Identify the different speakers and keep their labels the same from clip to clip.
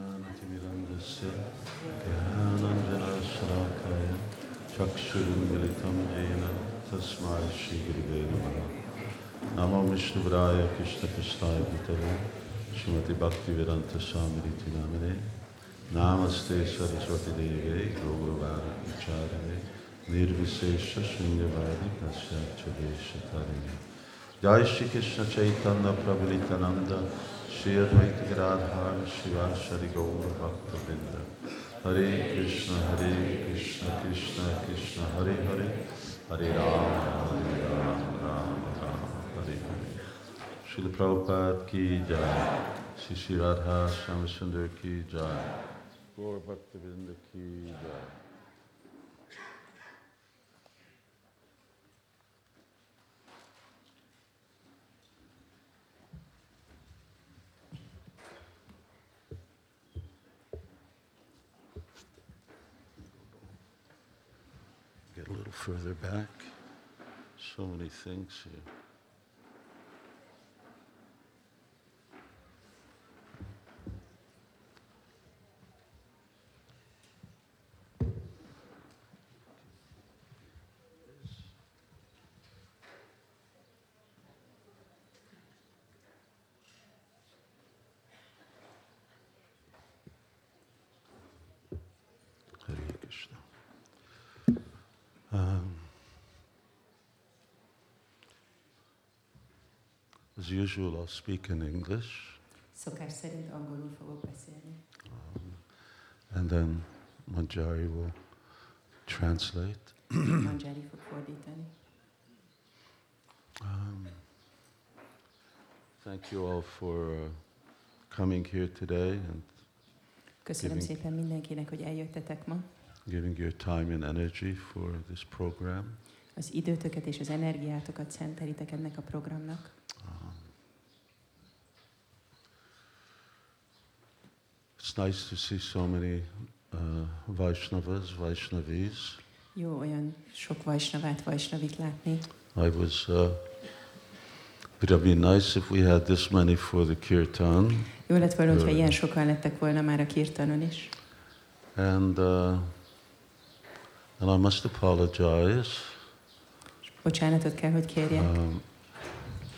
Speaker 1: भुविज्ञानतिमिरन्दस्य ज्ञानाञ्जनशलाकाय चक्षुरुन्मिलितं येन तस्मै श्रीगुरुवे नमः नमो विष्णुवराय कृष्णकृष्णाय भूतले श्रीमतिभक्तिवेदान्तस्वामिरिति नामिने नामस्ते सरस्वतीदेवे गौरवाचार्ये निर्विशेषशून्यवादि पश्चाच्चदेशतरिणे जय श्रीकृष्ण चैतन्य प्रभुनितानन्द श्री अद्वैत राधार शिवाशरि गौरभक्तवृन्द हरे कृष्ण हरे कृष्ण कृष्ण कृष्ण हरे हरे हरे राम हरे राम राम राम हरे हरे श्रील प्रभुपाद की जय श्री श्री राधा श्याम सुंदर की जय गौर भक्तवृंद की जय Get a little further back. So many things here. Hare Krishna. Um, as usual, I'll speak in English
Speaker 2: Szokás szerint angolul fogok beszélni,
Speaker 1: um, and then Manjari will translate.
Speaker 2: Manjari fog fordítani.
Speaker 1: Um, thank you all for uh, coming here today and
Speaker 2: Köszönöm
Speaker 1: Jövünk.
Speaker 2: szépen mindenkinek, hogy eljöttetek ma.
Speaker 1: giving your time and energy for this program.
Speaker 2: Az időtöket és az energiátokat szentelitek ennek a programnak.
Speaker 1: Um, it's nice to see so many uh, Vaishnavas, Vaishnavis.
Speaker 2: Jó olyan sok vajsnavát, vajsnavit látni.
Speaker 1: I was. Uh, it would have been nice if we had this many for the kirtan,
Speaker 2: Jó lett volna, hogyha
Speaker 1: Jaj.
Speaker 2: ilyen sokan lettek volna már a kirtanon is.
Speaker 1: and uh, and I must apologize.
Speaker 2: Bocsánatot kell, hogy kérjek.
Speaker 1: Um,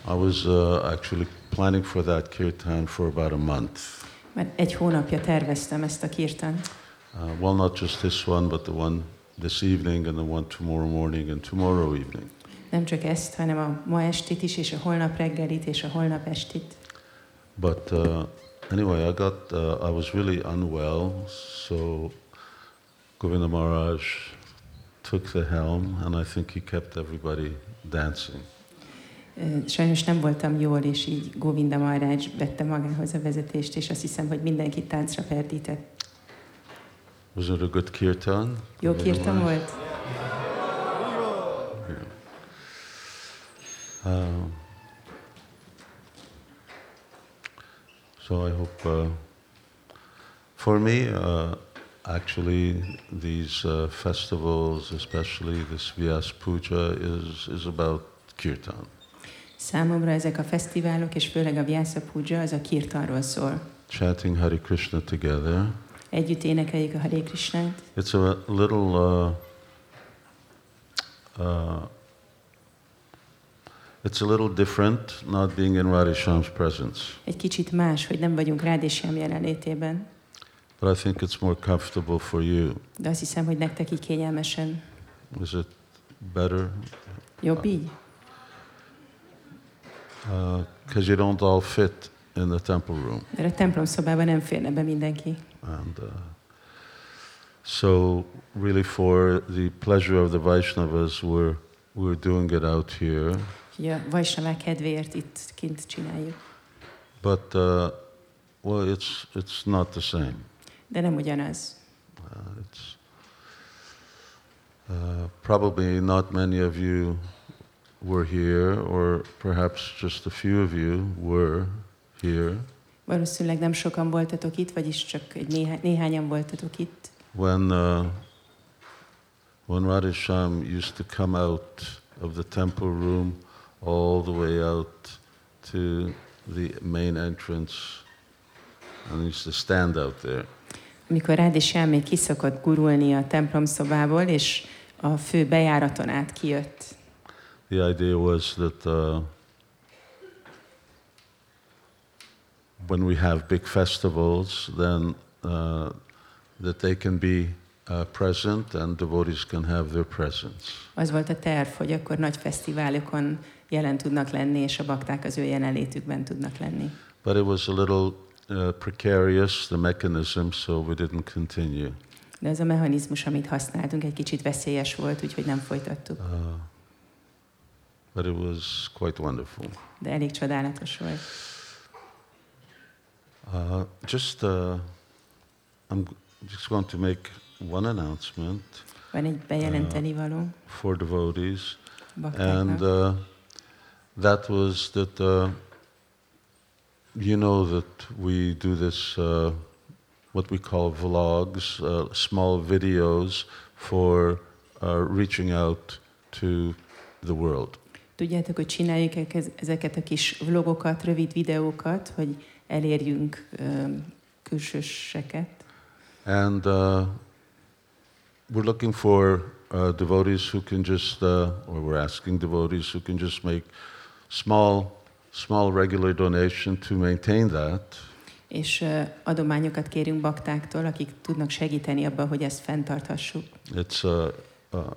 Speaker 1: I was uh, actually planning for that kirtan for about a month.
Speaker 2: Mert egy hónapja terveztem ezt a kirtan.
Speaker 1: Uh, well, not just this one, but the one this evening, and the one tomorrow morning, and tomorrow evening.
Speaker 2: Nem csak ezt, hanem a ma estit is, és a holnap reggelit, és a holnap estit.
Speaker 1: But uh, anyway, I got, uh, I was really unwell, so Govinda Maharaj took the helm, and I think he kept everybody dancing.
Speaker 2: Ö, Sajnos nem voltam jól, és így Govinda Maharaj vette magához a vezetést, és azt hiszem, hogy mindenkit táncra perdített.
Speaker 1: Was it a good kirtan?
Speaker 2: Jó
Speaker 1: Govinda
Speaker 2: kirtan
Speaker 1: Maharaj?
Speaker 2: volt?
Speaker 1: Um, so I hope, uh, for me, uh, actually, these uh, festivals, especially this Vyas Puja, is, is about kirtan.
Speaker 2: Számomra ezek a fesztiválok, és főleg a Vyasa Puja, az a kirtanról szól.
Speaker 1: chanting Hare Krishna together.
Speaker 2: Együtt énekeljük a Haré Krishnát.
Speaker 1: It's a little. Uh, uh, it's a little different not being in Radhisham's presence,
Speaker 2: Egy kicsit más, hogy nem vagyunk rád és sem jelenlétében,
Speaker 1: but I think it's more comfortable for you.
Speaker 2: de azt hiszem, hogy nektek így kényelmesen.
Speaker 1: Is it better?
Speaker 2: Jobb így?
Speaker 1: Because Uh, you don't all fit in the temple room,
Speaker 2: Mert a templom szobában nem férne be mindenki.
Speaker 1: and uh, so really for the pleasure of the Vaishnavas, we're we're doing it out here.
Speaker 2: Úgyhogy a vajsnavák kedvéért itt kint csináljuk.
Speaker 1: But uh, well, it's it's not the same.
Speaker 2: De nem ugyanaz.
Speaker 1: Uh, it's uh, probably not many of you were here, or perhaps just a few of you were here
Speaker 2: Valószínűleg nem sokan voltatok itt, vagyis csak egy néha- néhányan voltatok itt.
Speaker 1: when uh, when Radhesham used to come out of the temple room all the way out to the main entrance and he used to stand out there.
Speaker 2: Amikor Rádis még kiszokott gurulni a templomszobából, és a fő bejáraton át kijött.
Speaker 1: The idea was that uh, when we have big festivals, then uh, that they can be uh, present and devotees can have their presence.
Speaker 2: Az volt a terv, hogy akkor nagy fesztiválokon jelen tudnak lenni, és a bakták az ő jelenlétükben tudnak lenni.
Speaker 1: But it was a little uh, precarious, the mechanism, so we didn't continue.
Speaker 2: De az a mechanizmus, amit használtunk, egy kicsit veszélyes volt, úgyhogy nem folytattuk.
Speaker 1: Uh, but it was quite wonderful.
Speaker 2: De elég csodálatos volt.
Speaker 1: Uh, just, uh, I'm g- just going to make one announcement
Speaker 2: Van egy bejelenteni való
Speaker 1: for devotees, and
Speaker 2: baktáknak.
Speaker 1: uh, that was that uh, you know that we do this uh, what we call vlogs, uh, small videos for uh, reaching out to the world.
Speaker 2: Tudjátok, hogy csináljuk ekez- ezeket a kis vlogokat, rövid videókat, hogy elérjünk ö, külsőseket.
Speaker 1: And uh, we're looking for uh, devotees who can just, uh, or we're asking devotees who can just make small, small regular donation to maintain that.
Speaker 2: És ö, adományokat kérünk baktáktól, akik tudnak segíteni abban, hogy ezt fenntarthassuk.
Speaker 1: It's a, uh,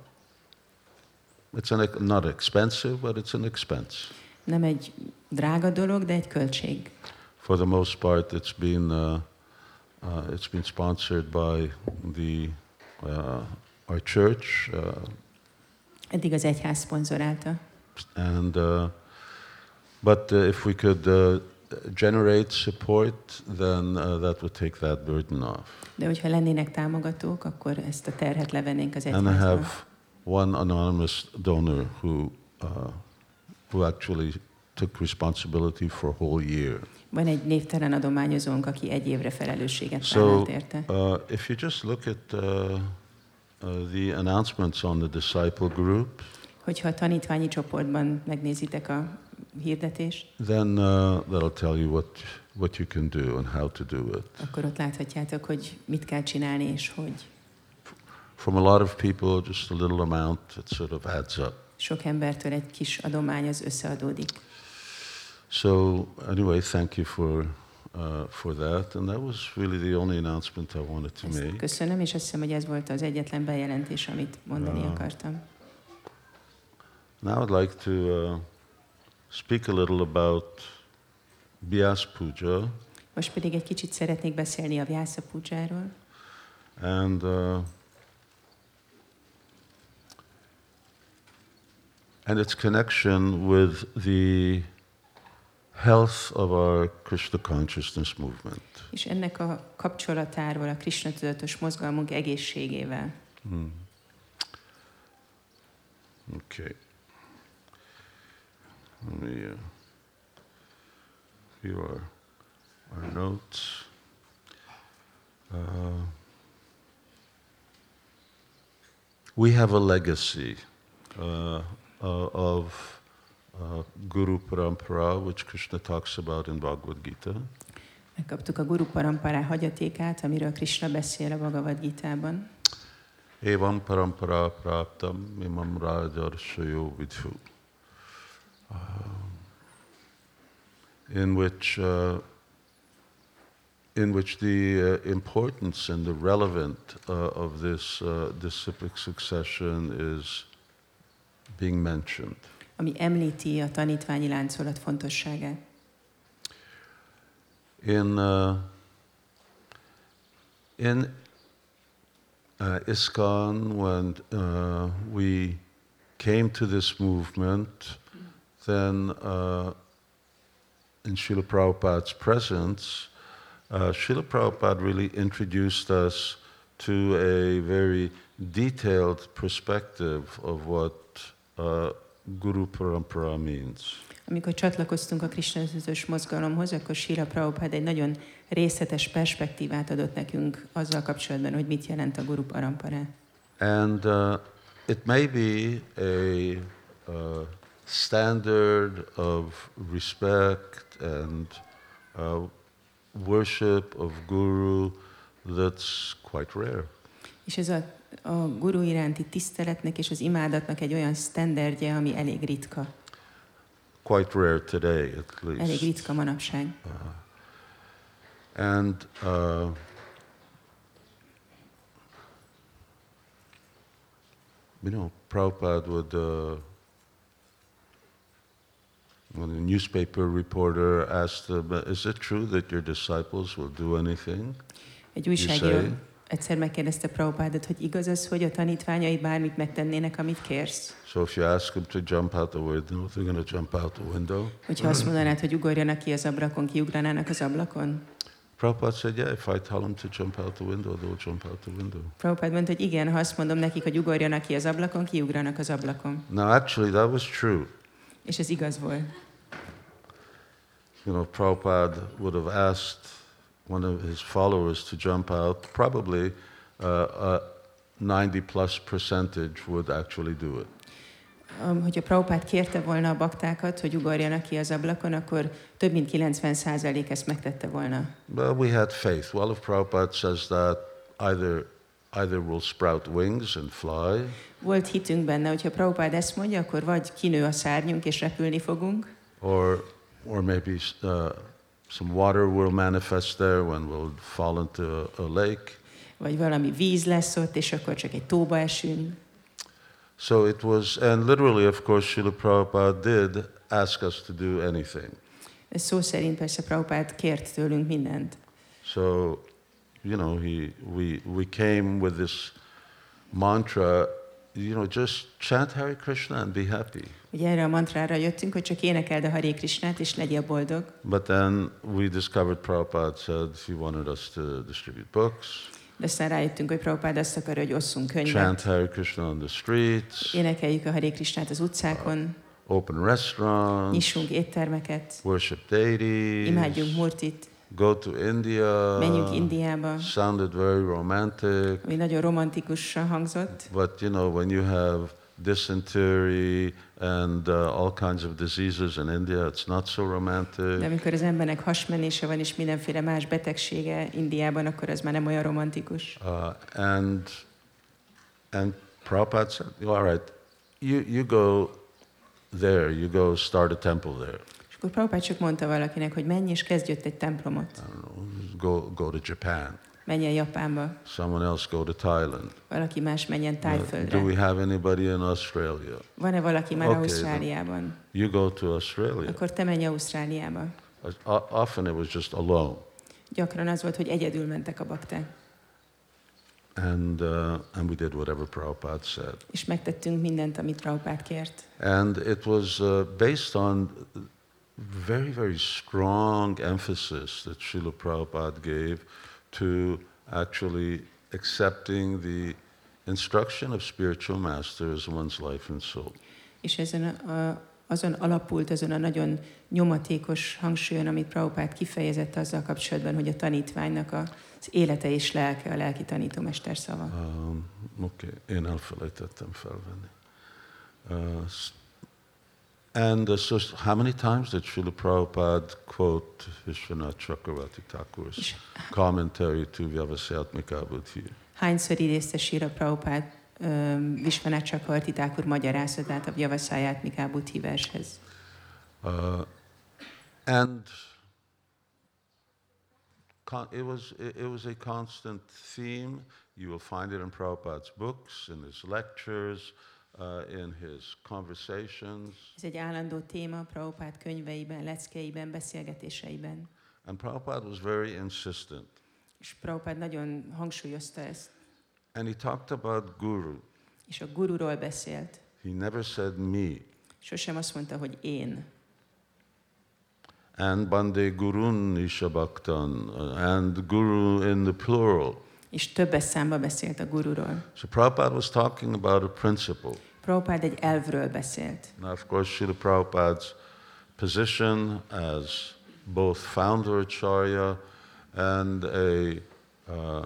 Speaker 1: it's an, ex- not expensive, but it's an expense.
Speaker 2: Nem egy drága dolog, de egy költség.
Speaker 1: For the most part, it's been, uh, uh, it's been sponsored by the, uh, our church, uh,
Speaker 2: Eddig az egyház szponzorálta.
Speaker 1: and uh, but uh, if we could uh, generate support, then uh, that would take that burden off.
Speaker 2: De hogyha lennének támogatók, akkor ezt a terhet levennénk az
Speaker 1: and I
Speaker 2: egyházból.
Speaker 1: have one anonymous donor who uh, who actually took responsibility for a whole year.
Speaker 2: Van egy névtelen adományozónk, aki egy évre felelősséget
Speaker 1: So-
Speaker 2: vállalt érte.
Speaker 1: Uh, if you just look at uh, uh, the announcements on the disciple group,
Speaker 2: Hogyha a tanítványi csoportban megnézitek a hirdetést,
Speaker 1: then uh, that'll tell you what what you can do and how to do it.
Speaker 2: akkor ott láthatjátok, hogy mit kell csinálni és hogy.
Speaker 1: From a lot of people, just a little amount, it sort of adds up.
Speaker 2: Sok embertől egy kis adomány az összeadódik.
Speaker 1: So anyway, thank you for uh, for that, and that was really the only announcement I wanted to
Speaker 2: Ezt
Speaker 1: make.
Speaker 2: köszönöm, és azt hiszem, hogy ez volt az egyetlen bejelentés, amit mondani
Speaker 1: Ah.
Speaker 2: akartam.
Speaker 1: Now I'd like to uh, speak a little about Bias Puja,
Speaker 2: Most pedig egy kicsit szeretnék beszélni a Vyasa Pujáról.
Speaker 1: and uh, and its connection with the health of our Krishna consciousness movement.
Speaker 2: és ennek a kapcsolatáról, a Krishna tudatos mozgalmunk egészségével.
Speaker 1: Hmm. Okay. Let me uh, view our, our notes. Uh, we have a legacy uh, uh, of uh, Guru Parampara, which Krishna talks about in Bhagavad Gita.
Speaker 2: Megkaptuk a Guru Parampará hagyatékát, amiről Krishna beszél a Bhagavad Gita-ban.
Speaker 1: Evam Parampara Praptam Imam Rajarsayo Vidhu. Uh, In which, uh, in which the uh, importance and the relevant uh, of this uh, disciplic succession is being mentioned.
Speaker 2: ami említi a tanítványi láncolat fontosságát.
Speaker 1: In, uh, in uh, ISKCON, when uh, we came to this movement, then uh, in Srila Prabhupada's presence, uh, Srila Prabhupada really introduced us to a very detailed perspective of what uh, Guru Parampara means.
Speaker 2: Amikor csatlakoztunk a Krishna tudatos mozgalomhoz, akkor Sila Prabhupada egy nagyon részletes perspektívát adott nekünk azzal kapcsolatban, hogy mit jelent a Guru Parampara.
Speaker 1: And uh, it may be a uh, standard of respect and uh, worship of Guru that's quite rare.
Speaker 2: És ez a, a guru iránti tiszteletnek és az imádatnak egy olyan sztenderdje, ami elég ritka.
Speaker 1: Quite rare today, at
Speaker 2: Elég
Speaker 1: least.
Speaker 2: ritka manapság.
Speaker 1: And uh, you know, Prabhupada would, uh, when a newspaper reporter asked him, "Is it true that your disciples will do anything?"
Speaker 2: Egy
Speaker 1: say?
Speaker 2: újságíró egyszer megkérdezte Prabhupádot, hogy igaz az, hogy a tanítványai bármit megtennének, amit kérsz?
Speaker 1: So if you ask them to jump out the window, they're going to jump out the window.
Speaker 2: Hogyha azt mondanád, hogy ugorjanak ki az ablakon, kiugranának az ablakon?
Speaker 1: Prabhupada said, "Yeah, if I tell them to jump out the window, they'll jump out the window."
Speaker 2: Prabhupád mondta, hogy igen, ha azt mondom nekik, hogy ugorjanak ki az ablakon, kiugranak az ablakon.
Speaker 1: Now, actually, that was true.
Speaker 2: És ez igaz volt.
Speaker 1: You know, Prabhupada would have asked one of his followers to jump out. Probably uh, uh, 90 plus percentage would actually do it.
Speaker 2: Öm, Um, Hogyha Prabhupád kérte volna a baktákat, hogy ugorjanak ki az ablakon, akkor több mint 90% ezt megtette volna.
Speaker 1: But we had faith. Well, if Prabhupada says that, either, either will sprout wings and fly,
Speaker 2: Volt hitünk benne, hogyha Prabhupád ezt mondja, akkor vagy kinő a szárnyunk és repülni fogunk,
Speaker 1: or, or maybe uh, some water will manifest there when we'll fall into a, a lake.
Speaker 2: vagy valami víz lesz ott, és akkor csak egy tóba esünk.
Speaker 1: So it was, and literally, of course, Srila Prabhupada did ask us to do anything.
Speaker 2: Ez szó szerint persze Prabhupád kért tőlünk mindent.
Speaker 1: So, you know, he, we, we came with this mantra, you know, just chant Hare Krishna and be happy.
Speaker 2: Ugye erre a mantrára jöttünk, hogy csak énekeld a Haré Krisnát, és legyél boldog.
Speaker 1: But then we discovered Prabhupada said he wanted us to distribute books,
Speaker 2: De aztán rájöttünk, hogy Prabhupád azt akarja, hogy osszunk könyvet.
Speaker 1: chant Hare Krishna on the streets,
Speaker 2: Énekeljük a Haré Krisnát az utcákon,
Speaker 1: open restaurants,
Speaker 2: nyissunk éttermeket,
Speaker 1: worship
Speaker 2: imádjunk
Speaker 1: deities,
Speaker 2: Murtit,
Speaker 1: go to
Speaker 2: menjünk
Speaker 1: India.
Speaker 2: Indiába,
Speaker 1: Sounded very romantic.
Speaker 2: ami nagyon romantikusan hangzott.
Speaker 1: But you know, when you have dysentery and uh, all kinds of diseases in India, it's not so
Speaker 2: De
Speaker 1: romantic.
Speaker 2: amikor az embernek hasmenése van, és mindenféle más betegsége Indiában, akkor az már nem olyan romantikus.
Speaker 1: Uh, and and Prabhupada said, "All right, you you go there. You go start a temple there.
Speaker 2: És akkor Prabhupád csak mondta valakinek, hogy menj és kezdj ott egy templomot.
Speaker 1: I don't know, go go to Japan.
Speaker 2: Menj el Japánba.
Speaker 1: Someone else go to Thailand.
Speaker 2: Valaki más menjen
Speaker 1: Uh, do
Speaker 2: Tájföldre.
Speaker 1: we have anybody in Australia?
Speaker 2: Van-e valaki már
Speaker 1: Oké,
Speaker 2: okay,
Speaker 1: de-
Speaker 2: Ausztráliában?
Speaker 1: You go to Australia.
Speaker 2: Akkor te menj Ausztráliába.
Speaker 1: Uh, o- Often it was just alone."
Speaker 2: Gyakran az volt, hogy egyedül mentek a bakták.
Speaker 1: And, uh, and we did whatever Prabhupada said.
Speaker 2: És megtettünk mindent, amit Prabhupád kért.
Speaker 1: And it was uh, based on very, very strong emphasis that Srila Prabhupada gave to actually accepting the instruction of spiritual masters in one's life and soul.
Speaker 2: És ezen a, a, azon alapult, azon a nagyon nyomatékos hangsúlyon, amit Prabhupád kifejezett azzal kapcsolatban, hogy a tanítványnak a, az élete és lelke, a lelki tanítómester szava.
Speaker 1: Um, okay, én elfelejtettem felvenni. Uh, s- and uh, so how many times did Srila Prabhupada quote Vishwanath Chakravarti Thakur's commentary to Vyavasyatmika Buddhi?
Speaker 2: Hányszor idézte Sira Prabhupád öm, Visvanát Csakarti Thakur magyarázatát a Javaszáját Mikábuti vershez?
Speaker 1: Uh, and con- it, was, it, it was a constant theme. You will find it in Prabhupada's books, in his lectures, uh, in his conversations.
Speaker 2: Ez egy állandó téma Prabhupád könyveiben, leckeiben, beszélgetéseiben.
Speaker 1: And Prabhupada was very insistent.
Speaker 2: És Prabhupád nagyon hangsúlyozta ezt,
Speaker 1: And he talked about guru.
Speaker 2: és a gururól beszélt.
Speaker 1: He never said me.
Speaker 2: Sosem azt mondta, hogy én.
Speaker 1: And Bande Gurun Ishabhaktan, uh, and Guru in the plural.
Speaker 2: És többes számba beszélt a gururól.
Speaker 1: So Prabhupada was talking about a principle.
Speaker 2: Prabhupád egy elvről beszélt.
Speaker 1: Now, of course, Srila Prabhupada's position as both founder acharya and a uh,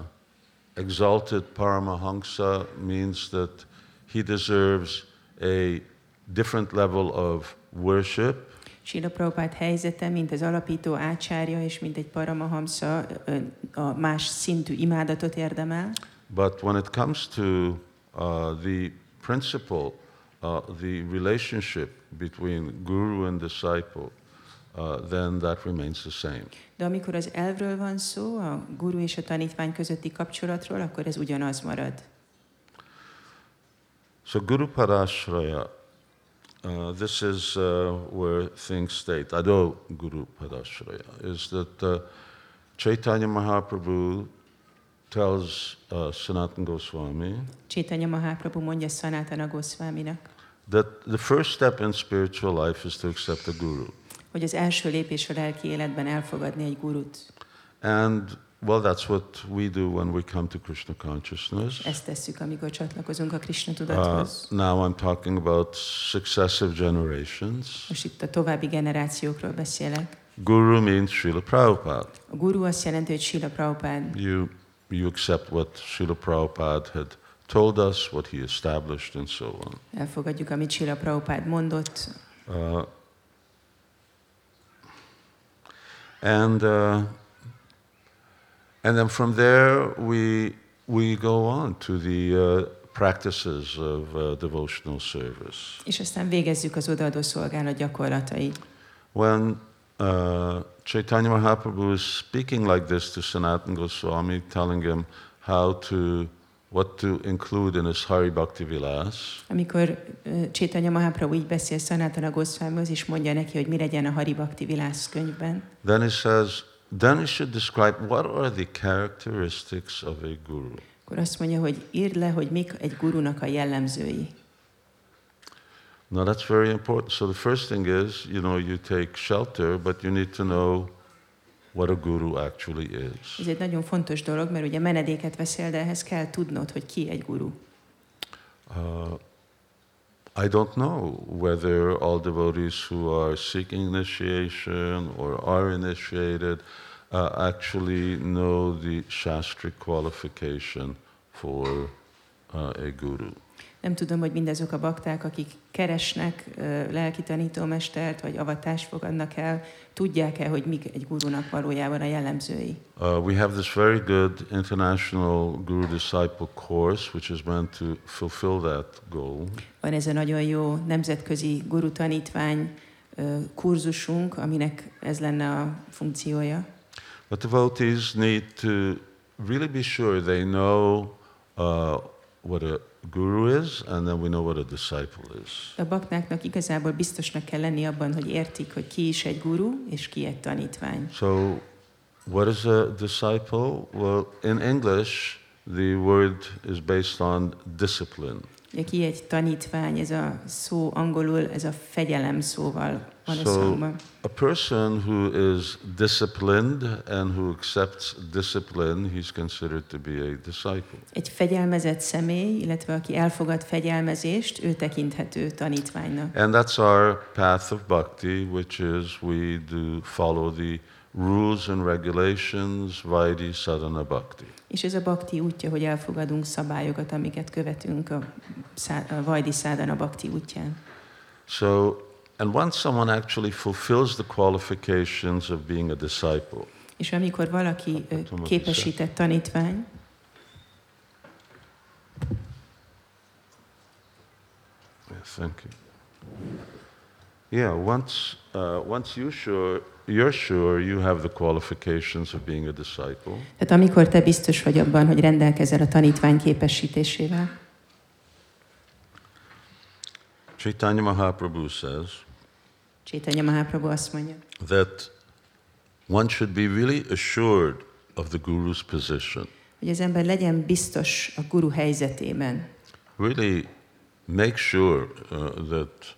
Speaker 1: exalted paramahansa means that he deserves a different level of worship,
Speaker 2: Sila Prabhupád helyzete, mint az alapító ácsárja, és mint egy paramahamsa ö, a más szintű imádatot érdemel,
Speaker 1: But when it comes to uh, the principle, uh, the relationship between guru and disciple, uh, then that remains the same.
Speaker 2: de amikor az elvről van szó, a guru és a tanítvány közötti kapcsolatról, akkor ez ugyanaz marad.
Speaker 1: So Guru Parashraya, uh, this is uh, where things state. Ado Guru Parashraya is that uh, Chaitanya Mahaprabhu tells uh, Sanatana Goswami
Speaker 2: Csétanya Mahaprabhu mondja Sanatana Goswaminak,
Speaker 1: that the first step in spiritual life is to accept a guru,
Speaker 2: hogy az első lépés a lelki életben elfogadni egy gurut.
Speaker 1: and well, that's what we do when we come to Krishna consciousness.
Speaker 2: Ezt tesszük, amikor csatlakozunk a Krishna
Speaker 1: Uh,
Speaker 2: tudathoz.
Speaker 1: now I'm talking about successive generations.
Speaker 2: Most itt a további generációkról beszélek.
Speaker 1: Guru means Srila Prabhupada.
Speaker 2: A guru azt jelenti, hogy Sila Prabhupád.
Speaker 1: You, you accept what Srila Prabhupada had told us, what he established, and so on.
Speaker 2: Elfogadjuk, amit Sila Prabhupád mondott.
Speaker 1: Uh, and, uh, and then from there, we, we go on to the uh, practices of uh, devotional service.
Speaker 2: És aztán végezzük az odaadó szolgálat gyakorlatait.
Speaker 1: When uh, Chaitanya Mahaprabhu is speaking like this to Sanatana Goswami, telling him how to, what to include in his Hari Bhakti Vilas,
Speaker 2: Amikor ö, Csétanya Mahaprabhu így beszél Sanatana Goswamihoz, és mondja neki, hogy mi legyen a Haribakti Vilász könyvben,
Speaker 1: Then he says, then he should describe what are the characteristics of a guru.
Speaker 2: akkor azt mondja, hogy írd le, hogy mik egy gurunak a jellemzői.
Speaker 1: Now that's very important. So the first thing is, you know, you take shelter, but you need to know what a guru actually is.
Speaker 2: Ez egy nagyon fontos dolog, mert ugye menedéket veszel, de ehhez kell tudnod, hogy ki egy guru.
Speaker 1: Uh, I don't know whether all devotees who are seeking initiation or are initiated uh, actually know the Shastric qualification for uh, a guru.
Speaker 2: Nem tudom, hogy mindazok a bakták, akik keresnek ö, lelki tanítómestert, vagy avatást fogadnak el, tudják-e, hogy mik egy gurunak valójában a jellemzői.
Speaker 1: Uh, we have this very good international guru disciple course, which is meant to fulfill that goal.
Speaker 2: Van ez a nagyon jó nemzetközi guru tanítvány ö, kurzusunk, aminek ez lenne a funkciója.
Speaker 1: But devotees need to really be sure they know uh, what a guru is, and then we know what a disciple is.
Speaker 2: A baktáknak igazából biztosnak kell lenni abban, hogy értik, hogy ki is egy guru, és ki egy tanítvány.
Speaker 1: So, what is a disciple? Well, in English, the word is based on discipline.
Speaker 2: Ugye ki egy tanítvány, ez a szó angolul, ez a fegyelem szóval van
Speaker 1: So-
Speaker 2: összhangban.
Speaker 1: A person who is disciplined and who accepts discipline, he's considered to be a disciple.
Speaker 2: Egy fegyelmezett személy, illetve aki elfogad fegyelmezést, ő tekinthető tanítványnak.
Speaker 1: And that's our path of bhakti, which is we do follow the rules and regulations, Vaidhi Sadhana Bhakti.
Speaker 2: És ez a bakti útja, hogy elfogadunk szabályokat, amiket követünk a, szá- a Vajdi Szádana bakti útján.
Speaker 1: So, and once someone actually fulfills the qualifications of being a disciple,
Speaker 2: És amikor valaki ö,
Speaker 1: Tudom, hogy
Speaker 2: képesített tanítvány,
Speaker 1: yeah, thank you. Yeah, once, uh, once you sure, you're sure you have the qualifications of being a disciple,
Speaker 2: tehát amikor te biztos vagy abban, hogy rendelkezel a tanítvány képesítésével,
Speaker 1: Chaitanya Mahaprabhu says,
Speaker 2: Csétanya Mahaprabhu azt mondja,
Speaker 1: that one should be really assured of the guru's position.
Speaker 2: hogy az ember legyen biztos a guru helyzetében.
Speaker 1: Really make sure uh, that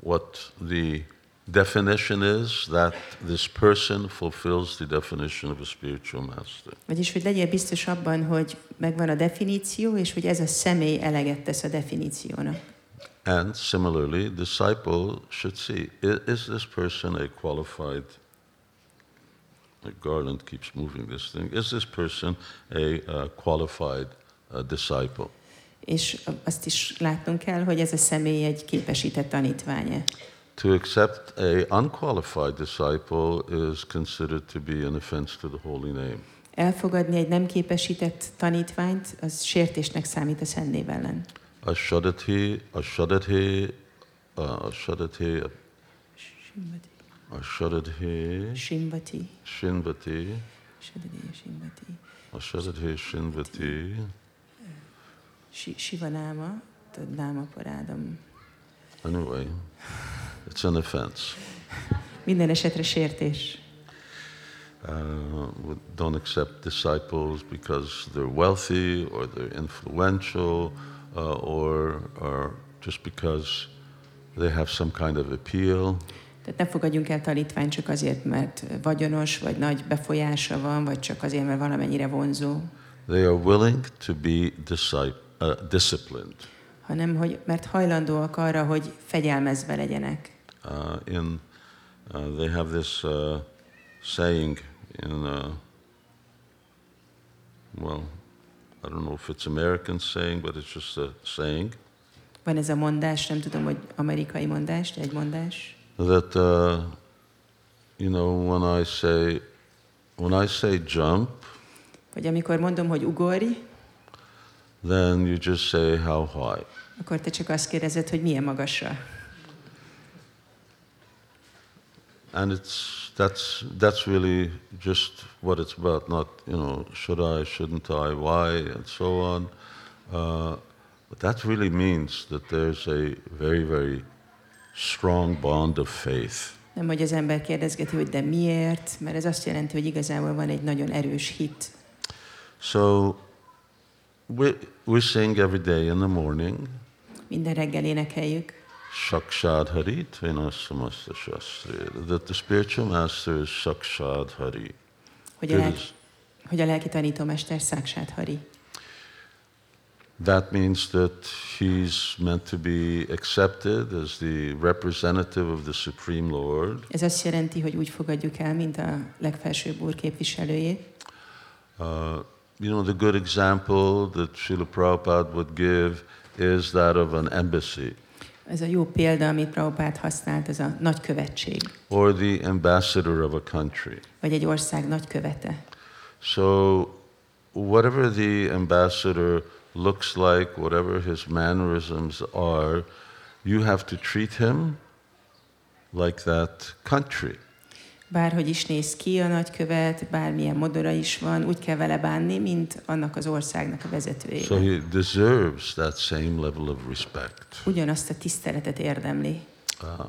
Speaker 1: what the definition is, that this person fulfills the definition of a spiritual master.
Speaker 2: Vagyis, hogy legyél biztos abban, hogy megvan a definíció, és hogy ez a személy eleget tesz a definíciónak.
Speaker 1: And similarly, disciple should see i- is this person a qualified? The garland keeps moving this thing. Is this person a uh, qualified uh, disciple?
Speaker 2: És azt is látnunk kell, hogy ez a személy egy képesített tanítványa.
Speaker 1: To accept a unqualified disciple is considered to be an offense to the holy name.
Speaker 2: Elfogadni egy nem képesített tanítványt, az sértésnek számít a szent név ellen.
Speaker 1: Ashadati, ashadati, uh, ashadati,
Speaker 2: Simbati.
Speaker 1: ashadati,
Speaker 2: Simbati.
Speaker 1: shinvati,
Speaker 2: Sadadi, Simbati.
Speaker 1: ashadati, shinvati,
Speaker 2: Si- Sivanáma, tudod, náma parádom.
Speaker 1: Anyway, it's an offense.
Speaker 2: Minden esetre sértés.
Speaker 1: Uh, we don't accept disciples because they're wealthy or they're influential uh, or, or just because they have some kind of appeal.
Speaker 2: Tehát ne fogadjunk el tanítványt csak azért, mert vagyonos, vagy nagy befolyása van, vagy csak azért, mert valamennyire vonzó,
Speaker 1: They are willing to be disci- uh, disciplined
Speaker 2: hanem hogy, mert hajlandóak arra, hogy fegyelmezve legyenek.
Speaker 1: uh, in uh, they have this uh, saying in uh, well i don't know if it's american saying but it's just a saying
Speaker 2: Van ez a mondás, nem tudom, hogy amerikai mondás, de egy mondás.
Speaker 1: that uh, you know when i say when i say jump
Speaker 2: Vagy amikor mondom, hogy ugorj,
Speaker 1: then you just say how high
Speaker 2: akkor te csak azt kérdezed, hogy milyen magasra.
Speaker 1: and it's that's that's really just what it's about. Not you know, should I, shouldn't I, why, and so on. Uh, but that really means that there's a very very strong bond of faith.
Speaker 2: Nem, hogy az ember kérdezgeti, hogy de miért, mert ez azt jelenti, hogy igazából van egy nagyon erős hit.
Speaker 1: So we we sing every day in the morning.
Speaker 2: Minden reggel énekeljük,
Speaker 1: Shakshad Hari Tvena Samasta Shastri. That the spiritual master is Shakshad Hari.
Speaker 2: hogy a, lelki, hogy a lelki tanítómester Száksát Hari.
Speaker 1: That means that he's meant to be accepted as the representative of the Supreme Lord,
Speaker 2: Ez azt jelenti, hogy úgy fogadjuk el, mint a legfelsőbb úr képviselőjét.
Speaker 1: Uh, you know, the good example that Srila Prabhupada would give is that of an embassy
Speaker 2: Ez a jó példa, amit Prabhupát használt, ez a nagykövetség,
Speaker 1: or the ambassador of a country.
Speaker 2: vagy egy ország nagykövete.
Speaker 1: So, whatever the ambassador looks like, whatever his mannerisms are, you have to treat him like that country.
Speaker 2: Bárhogy is néz ki a nagykövet, bármilyen modora is van, úgy kell vele bánni, mint annak az országnak a
Speaker 1: So,
Speaker 2: vezetője.
Speaker 1: he deserves that same level of respect.
Speaker 2: Ugyanazt a tiszteletet érdemli.
Speaker 1: Ah.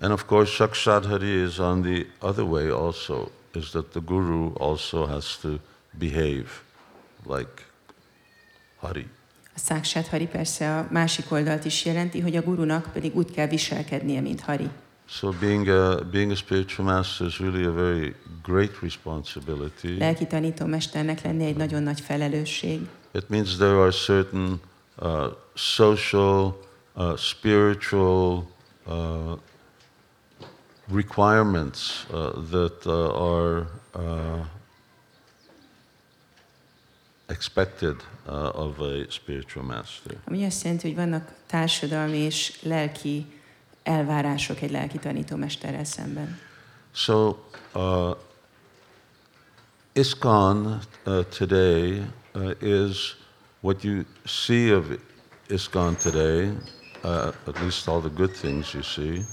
Speaker 1: And of course, Shakshadhari is on the other way also, is that the guru also has to behave like Hari.
Speaker 2: A száksát Hari persze a másik oldalt is jelenti, hogy a gurunak pedig úgy kell viselkednie, mint Hari.
Speaker 1: So being a, being a spiritual master is really a very great responsibility.
Speaker 2: Lelki tanítómesternek lenni egy nagyon nagy felelősség.
Speaker 1: It means there are certain uh, social, uh, spiritual uh, requirements uh, that uh, are uh, expected uh, of a spiritual master.
Speaker 2: Ami azt jelenti, hogy vannak társadalmi és lelki elvárások egy lelki tanítómesterrel szemben.
Speaker 1: So, uh, ISKCON uh, today uh, is what you see of ISKCON today, uh, at least all the good things you see.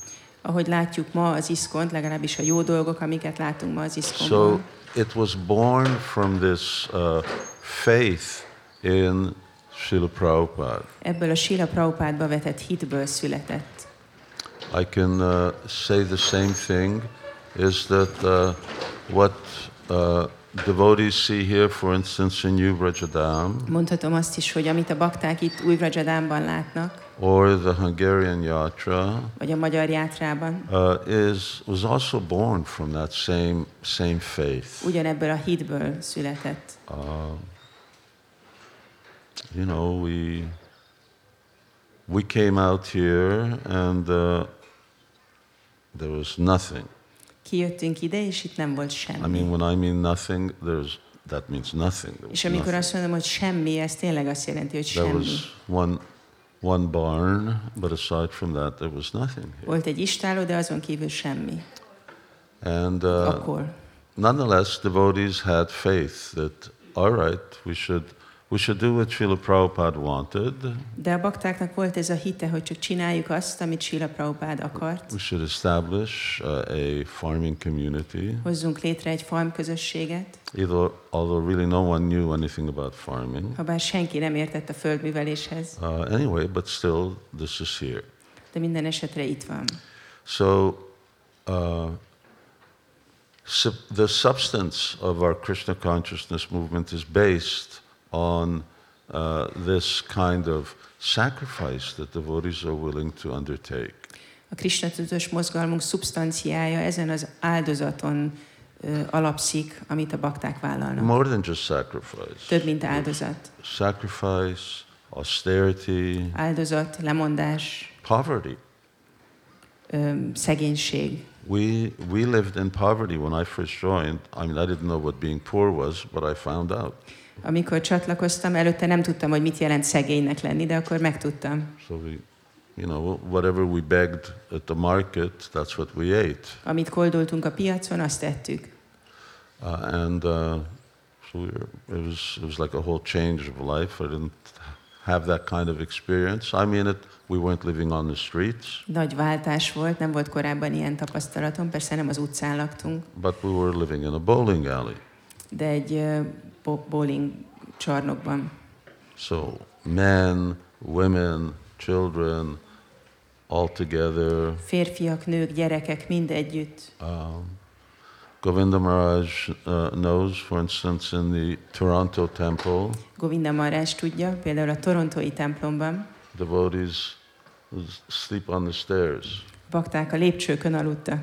Speaker 2: Ahogy látjuk ma az iszkont, legalábbis a jó dolgok, amiket látunk ma az
Speaker 1: So,
Speaker 2: iszkonban,
Speaker 1: it was born from this uh, faith in Srila Prabhupada.
Speaker 2: ebből a Sila Prabhupádba vetett hitből született.
Speaker 1: I can uh, say the same thing is that uh, what uh, devotees see here, for instance, in New Brajadam.
Speaker 2: Mondhatom azt is, hogy amit a bakták itt új Vrajadámban látnak,
Speaker 1: or the Hungarian Yatra,
Speaker 2: vagy a magyar játrában,
Speaker 1: uh, is, was also born from that same, same faith.
Speaker 2: ugyanebből a hitből született.
Speaker 1: Uh, you know, we, we came out here and uh, there was nothing.
Speaker 2: Kijöttünk ide, és itt nem volt
Speaker 1: I
Speaker 2: semmi.
Speaker 1: mean, when I mean nothing, there's, that means nothing. There
Speaker 2: És
Speaker 1: was,
Speaker 2: amikor
Speaker 1: nothing.
Speaker 2: azt mondom, hogy semmi, ez tényleg azt jelenti, hogy
Speaker 1: There
Speaker 2: semmi.
Speaker 1: was one one barn, but aside from that, there was nothing here.
Speaker 2: Volt egy istáló, de azon kívül semmi.
Speaker 1: And uh,
Speaker 2: Akkor.
Speaker 1: nonetheless, devotees had faith that, all right, we should, we should do what Srila Prabhupada wanted.
Speaker 2: De a baktáknak volt ez a hite, hogy csak csináljuk azt, amit Sila Prabhupád akart.
Speaker 1: We should establish uh, a farming community,
Speaker 2: Hozzunk létre egy farm közösséget,
Speaker 1: either, although really no one knew anything about farming.
Speaker 2: ha bár senki nem értett a földműveléshez,
Speaker 1: Uh, anyway, but still, this is here.
Speaker 2: de minden esetre itt van.
Speaker 1: So, uh, sup- the substance of our Krishna consciousness movement is based on uh, this kind of sacrifice that devotees are willing to undertake.
Speaker 2: A Krishna tudatos mozgalmunk szubstanciája ezen az áldozaton ö, alapszik, amit a bakták vállalnak.
Speaker 1: More than just sacrifice.
Speaker 2: Több, mint áldozat.
Speaker 1: Sacrifice, austerity,
Speaker 2: Áldozat, lemondás,
Speaker 1: poverty.
Speaker 2: ö, szegénység.
Speaker 1: We, we lived in poverty when I first joined. I mean, I didn't know what being poor was, but I found out.
Speaker 2: Amikor csatlakoztam, előtte nem tudtam, hogy mit jelent szegénynek lenni, de akkor megtudtam.
Speaker 1: So we, you know, whatever we begged at the market, that's what we ate.
Speaker 2: Amit koldultunk a piacon, azt tettük.
Speaker 1: Uh, and uh, so we were, it was it was like a whole change of life. I didn't have that kind of experience. I mean, it. We weren't living on the streets,
Speaker 2: Nagy váltás volt, nem volt korábban ilyen tapasztalatom, persze nem az utcán laktunk,
Speaker 1: but we were living in a bowling alley.
Speaker 2: de egy ö, bo- bowling csarnokban.
Speaker 1: So men, women, children, all together.
Speaker 2: Férfiak, nők, gyerekek, mind együtt.
Speaker 1: Um, Govinda Maharaj uh, knows, for instance, in the Toronto temple,
Speaker 2: Govinda Marás tudja, például a torontói templomban
Speaker 1: devotees sleep on the stairs.
Speaker 2: bakták a lépcsőkön aludtak.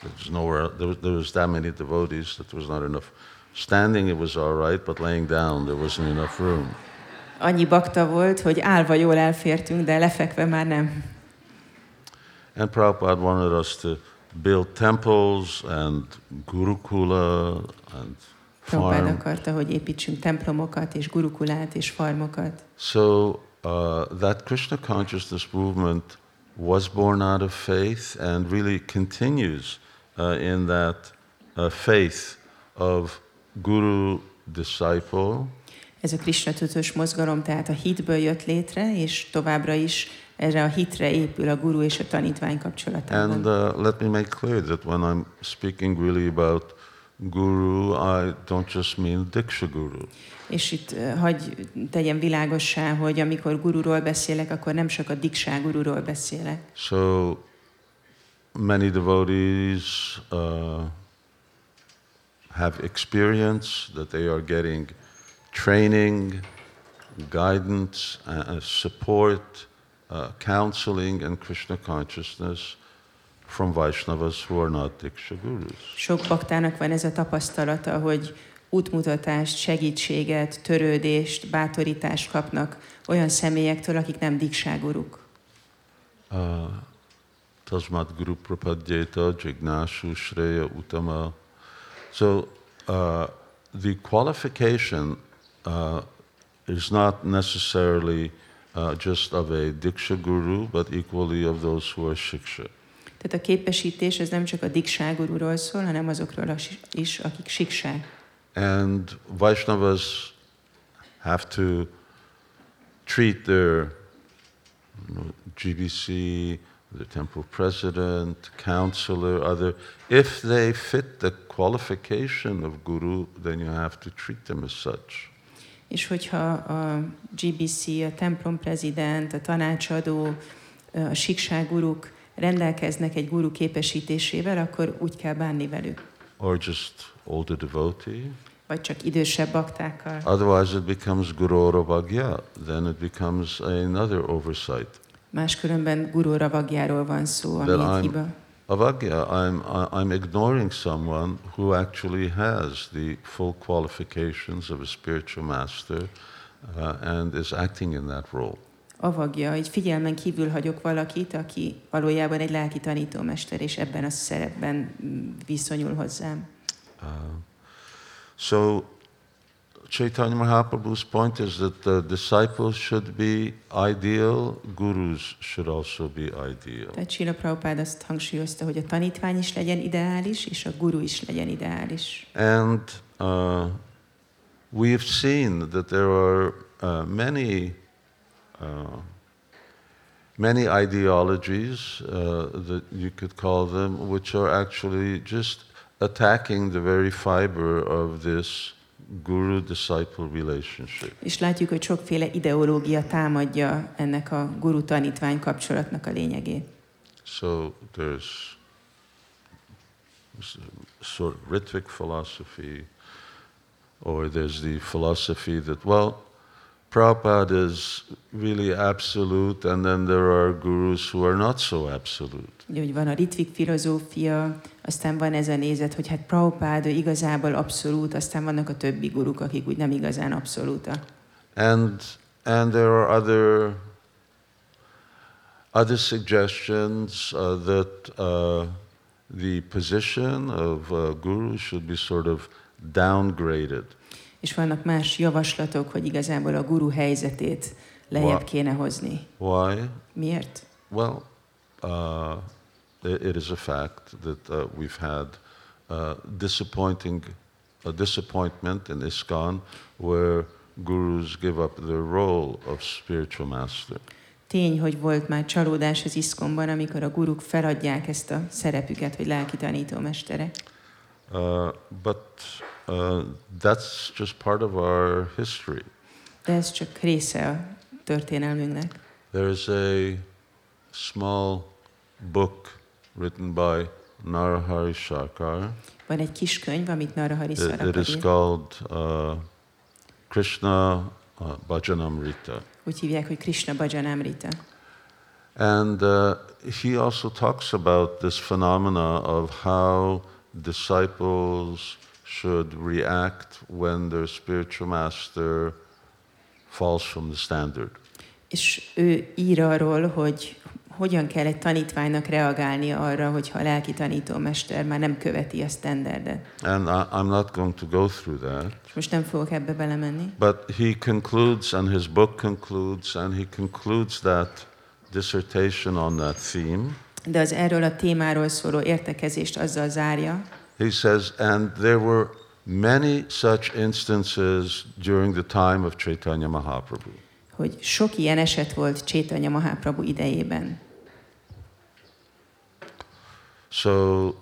Speaker 1: There was nowhere. There was, there was that many devotees that there was not enough. Standing, it was all right, but laying down, there wasn't enough room.
Speaker 2: Annyi bakta volt, hogy állva jól elfértünk, de lefekve már nem.
Speaker 1: And Prabhupada wanted us to build temples and gurukula and
Speaker 2: Prabhupád
Speaker 1: farm.
Speaker 2: akarta, hogy építsünk templomokat, és gurukulát, és farmokat.
Speaker 1: So uh, that Krishna consciousness movement was born out of faith and really continues uh, in that uh, faith of guru disciple.
Speaker 2: Ez a Krishna tudatos mozgalom tehát a hitből jött létre, és továbbra is erre a hitre épül a guru és a tanítvány kapcsolatában.
Speaker 1: And uh, let me make clear that when I'm speaking really about guru, I don't just mean Diksha Guru.
Speaker 2: És itt eh, hagy tegyen világossá, hogy amikor gururól beszélek, akkor nem csak a diksá gururól beszélek.
Speaker 1: So many devotees uh, have experience that they are getting training, guidance, uh, uh, support, uh, counseling, and Krishna consciousness from Vaishnavas who are not Diksha Gurus.
Speaker 2: Sok baktának van ez a tapasztalata, hogy útmutatást, segítséget, törődést, bátorítást kapnak olyan személyektől, akik nem dikságuruk.
Speaker 1: Uh, Tasmat Guru Prapadyeta Jignashu Shreya Uttama. So uh, the qualification uh, is not necessarily uh, just of a Diksha Guru, but equally of those who are Shiksha.
Speaker 2: Tehát a képesítés az nem csak a dikságurúról szól, hanem azokról as- is, akik siksák.
Speaker 1: And Vaishnavas have to treat their you know, GBC, the temple president, counselor, other. If they fit the qualification of guru, then you have to treat them as such.
Speaker 2: És hogyha a GBC, a templom prezident, a tanácsadó, a sikságuruk rendelkeznek egy guru képesítésével, akkor úgy kell bánni velük.
Speaker 1: Or just older devotee.
Speaker 2: Vagy csak idősebb baktákkal.
Speaker 1: Otherwise, it becomes guru bhagya. Then it becomes another oversight.
Speaker 2: Máskülönben guru ravagjáról van szó, ami
Speaker 1: Then
Speaker 2: egy
Speaker 1: I'm-
Speaker 2: hiba.
Speaker 1: Avagya, I'm, I- I'm ignoring someone who actually has the full qualifications of a spiritual master uh, and is acting in that role.
Speaker 2: Avagja, így figyelmen kívül hagyok valakit, aki valójában egy lelki tanítómester, és ebben a szerepben mm, viszonyul hozzám.
Speaker 1: Uh, so Uh, Chaitanya Mahaprabhu's point is that the disciples should be ideal, gurus should also be ideal.
Speaker 2: Tehát Sila Prabhupád azt hangsúlyozta, hogy a tanítvány is legyen ideális, és a guru is legyen ideális.
Speaker 1: And uh, we have seen that there are uh, many, uh, many ideologies uh, that you could call them, which are actually just attacking the very fiber of this guru-disciple relationship.
Speaker 2: És látjuk, hogy sokféle ideológia támadja ennek a guru-tanítvány kapcsolatnak a lényegét.
Speaker 1: So there's s- sort of Ritvic philosophy, or there's the philosophy that, well, Prabhupada is really absolute, and then there are gurus who are not so absolute.
Speaker 2: Ugye, hogy van a ritvik filozófia, aztán van ez a nézet, hogy hát Prabhupád ő igazából abszolút, aztán vannak a többi guruk, akik úgy nem igazán abszolúta.
Speaker 1: And, and there are other, other suggestions uh, that uh, the position of a guru should be sort of downgraded.
Speaker 2: És vannak más javaslatok, hogy igazából a guru helyzetét lejjebb
Speaker 1: Wow.
Speaker 2: kéne hozni.
Speaker 1: Why?
Speaker 2: Miért?
Speaker 1: Well, uh, it, it is a fact that uh, we've had uh, disappointing a disappointment in ISKCON where gurus give up their role of spiritual master.
Speaker 2: Tény, hogy volt már csalódás az iszkomban, amikor a guruk feladják ezt a szerepüket, hogy lelki tanítómesterek.
Speaker 1: Uh, but uh, that's just part of our history.
Speaker 2: De ez csak része a történelmünknek.
Speaker 1: There is a small book written by Narahari Sharkar.
Speaker 2: Van egy kis könyv, amit Narahari
Speaker 1: It,
Speaker 2: Szarapad
Speaker 1: it is
Speaker 2: írt.
Speaker 1: called uh, Krishna uh, Bhajanamrita.
Speaker 2: Úgy hívják, hogy Krishna Bhajanamrita.
Speaker 1: And uh, he also talks about this phenomena of how disciples should react when their spiritual master falls from the standard.
Speaker 2: És ő ír arról, hogy hogyan kell egy tanítványnak reagálni arra, hogyha a lelki tanítómester már nem követi a standardet.
Speaker 1: And I, I'm not going to go through that.
Speaker 2: És most nem fogok ebbe belemenni.
Speaker 1: But he concludes, and his book concludes, and he concludes that dissertation on that theme.
Speaker 2: De az erről a témáról szóló értekezést azzal zárja,
Speaker 1: He says, and there were many such instances during the time of Chaitanya Mahaprabhu.
Speaker 2: hogy sok ilyen eset volt Csétanya Maháprabhu idejében.
Speaker 1: So,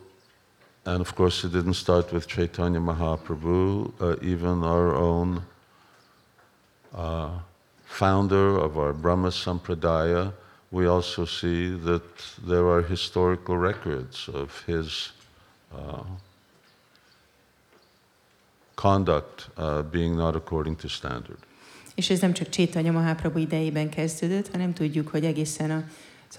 Speaker 1: and of course, it didn't start with Chaitanya Mahaprabhu, uh, even our own uh, founder of our Brahma Sampradaya. We also see that there are historical records of his uh, conduct uh, being not according to standard.
Speaker 2: És ez nem csak Csétanya Maháprabhu idejében kezdődött, hanem tudjuk, hogy egészen a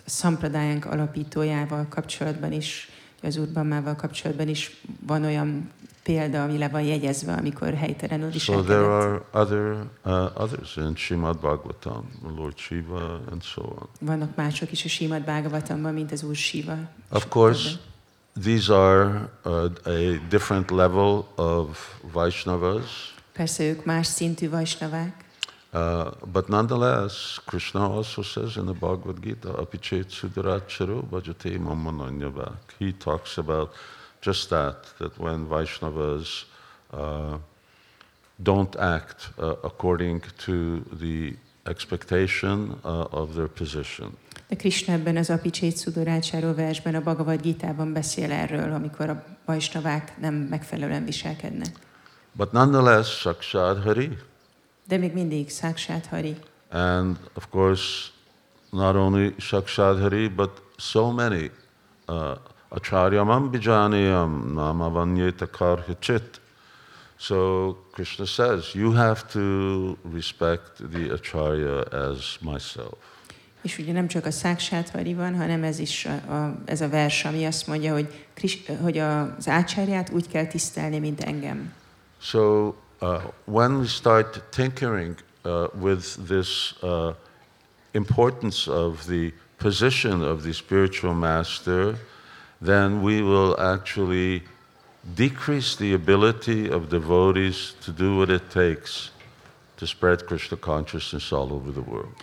Speaker 2: szampradájánk alapítójával kapcsolatban is, az Urbanmával kapcsolatban is van olyan példa, ami le van jegyezve, amikor helytelenül
Speaker 1: So there
Speaker 2: viselkedett.
Speaker 1: are other uh, others in Srimad Bhagavatam, Lord Shiva, and so on.
Speaker 2: Vannak mások is a Simad Bhagavatamban, mint az Úr Siva.
Speaker 1: Of course, these are uh, a different level of Vaishnavas,
Speaker 2: Persze ők más szintű vajsnavák,
Speaker 1: uh, but nonetheless, Krishna also says in the Bhagavad Gita, Apichet Sudaracharo Bhajate Mamananyavak. He talks about just that, that when Vaishnavas uh, don't act uh, according to the expectation uh, of their position.
Speaker 2: De Krishna ebben az Apicsét Szudorácsáró versben, a Bhagavad Gitában beszél erről, amikor a vajsnavák nem megfelelően viselkednek.
Speaker 1: But nonetheless, Sakshad Hari,
Speaker 2: De még mindig Száksát Hari,
Speaker 1: And of course, not only Shakshadhari, but so many. Uh, Acharyamam bijaniyam namavanyeta karhachit. So Krishna says, you have to respect the Acharya as myself.
Speaker 2: És ugye nem csak a száksáthari van, hanem ez is a, a, ez a vers, ami azt mondja, hogy, Kris, hogy az ácsárját úgy kell tisztelni, mint engem.
Speaker 1: So uh, when we start tinkering uh, with this uh, importance of the position of the spiritual master, then we will actually decrease the ability of devotees to do what it takes to spread Krishna consciousness all over the world.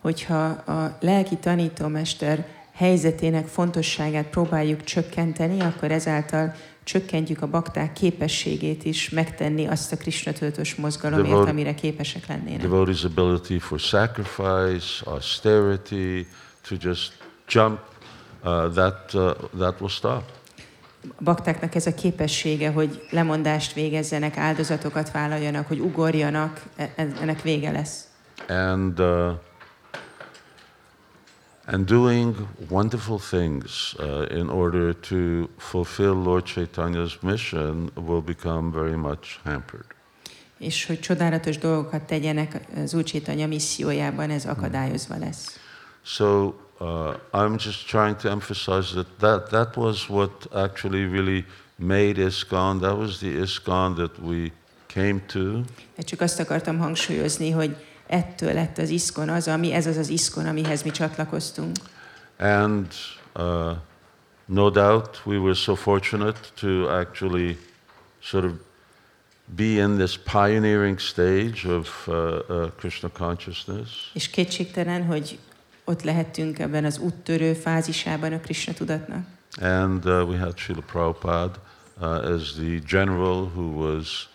Speaker 2: Hogyha a lelki tanítómester helyzetének fontosságát próbáljuk csökkenteni, akkor ezáltal csökkentjük a bakták képességét is megtenni azt a Krishna tudatos mozgalomért,
Speaker 1: Devot-
Speaker 2: amire képesek lennének.
Speaker 1: Devotees' ability for sacrifice, austerity, to just jump, uh, that, uh, that will stop.
Speaker 2: A baktáknak ez a képessége, hogy lemondást végezzenek, áldozatokat vállaljanak, hogy ugorjanak, e- e- ennek vége lesz.
Speaker 1: and uh, and doing wonderful things uh, in order to fulfill Lord Chaitanya's mission will become very much hampered.
Speaker 2: És hogy csodálatos dolgokat tegyenek az úrcsétanya missziójában, ez akadályozva lesz.
Speaker 1: So uh, I'm just trying to emphasize that, that that was what actually really made ISKCON. That was the ISKCON that we came to,
Speaker 2: Hát csak azt akartam hangsúlyozni, hogy ettől lett az iszkon az, ami ez az az iszkon, amihez mi csatlakoztunk.
Speaker 1: and uh, no doubt we were so fortunate to actually sort of be in this pioneering stage of uh, uh, Krishna consciousness.
Speaker 2: És kétségtelen, hogy ott lehettünk ebben az úttörő fázisában a Krishna tudatnak.
Speaker 1: And uh, we had Srila Prabhupada uh, as the general who was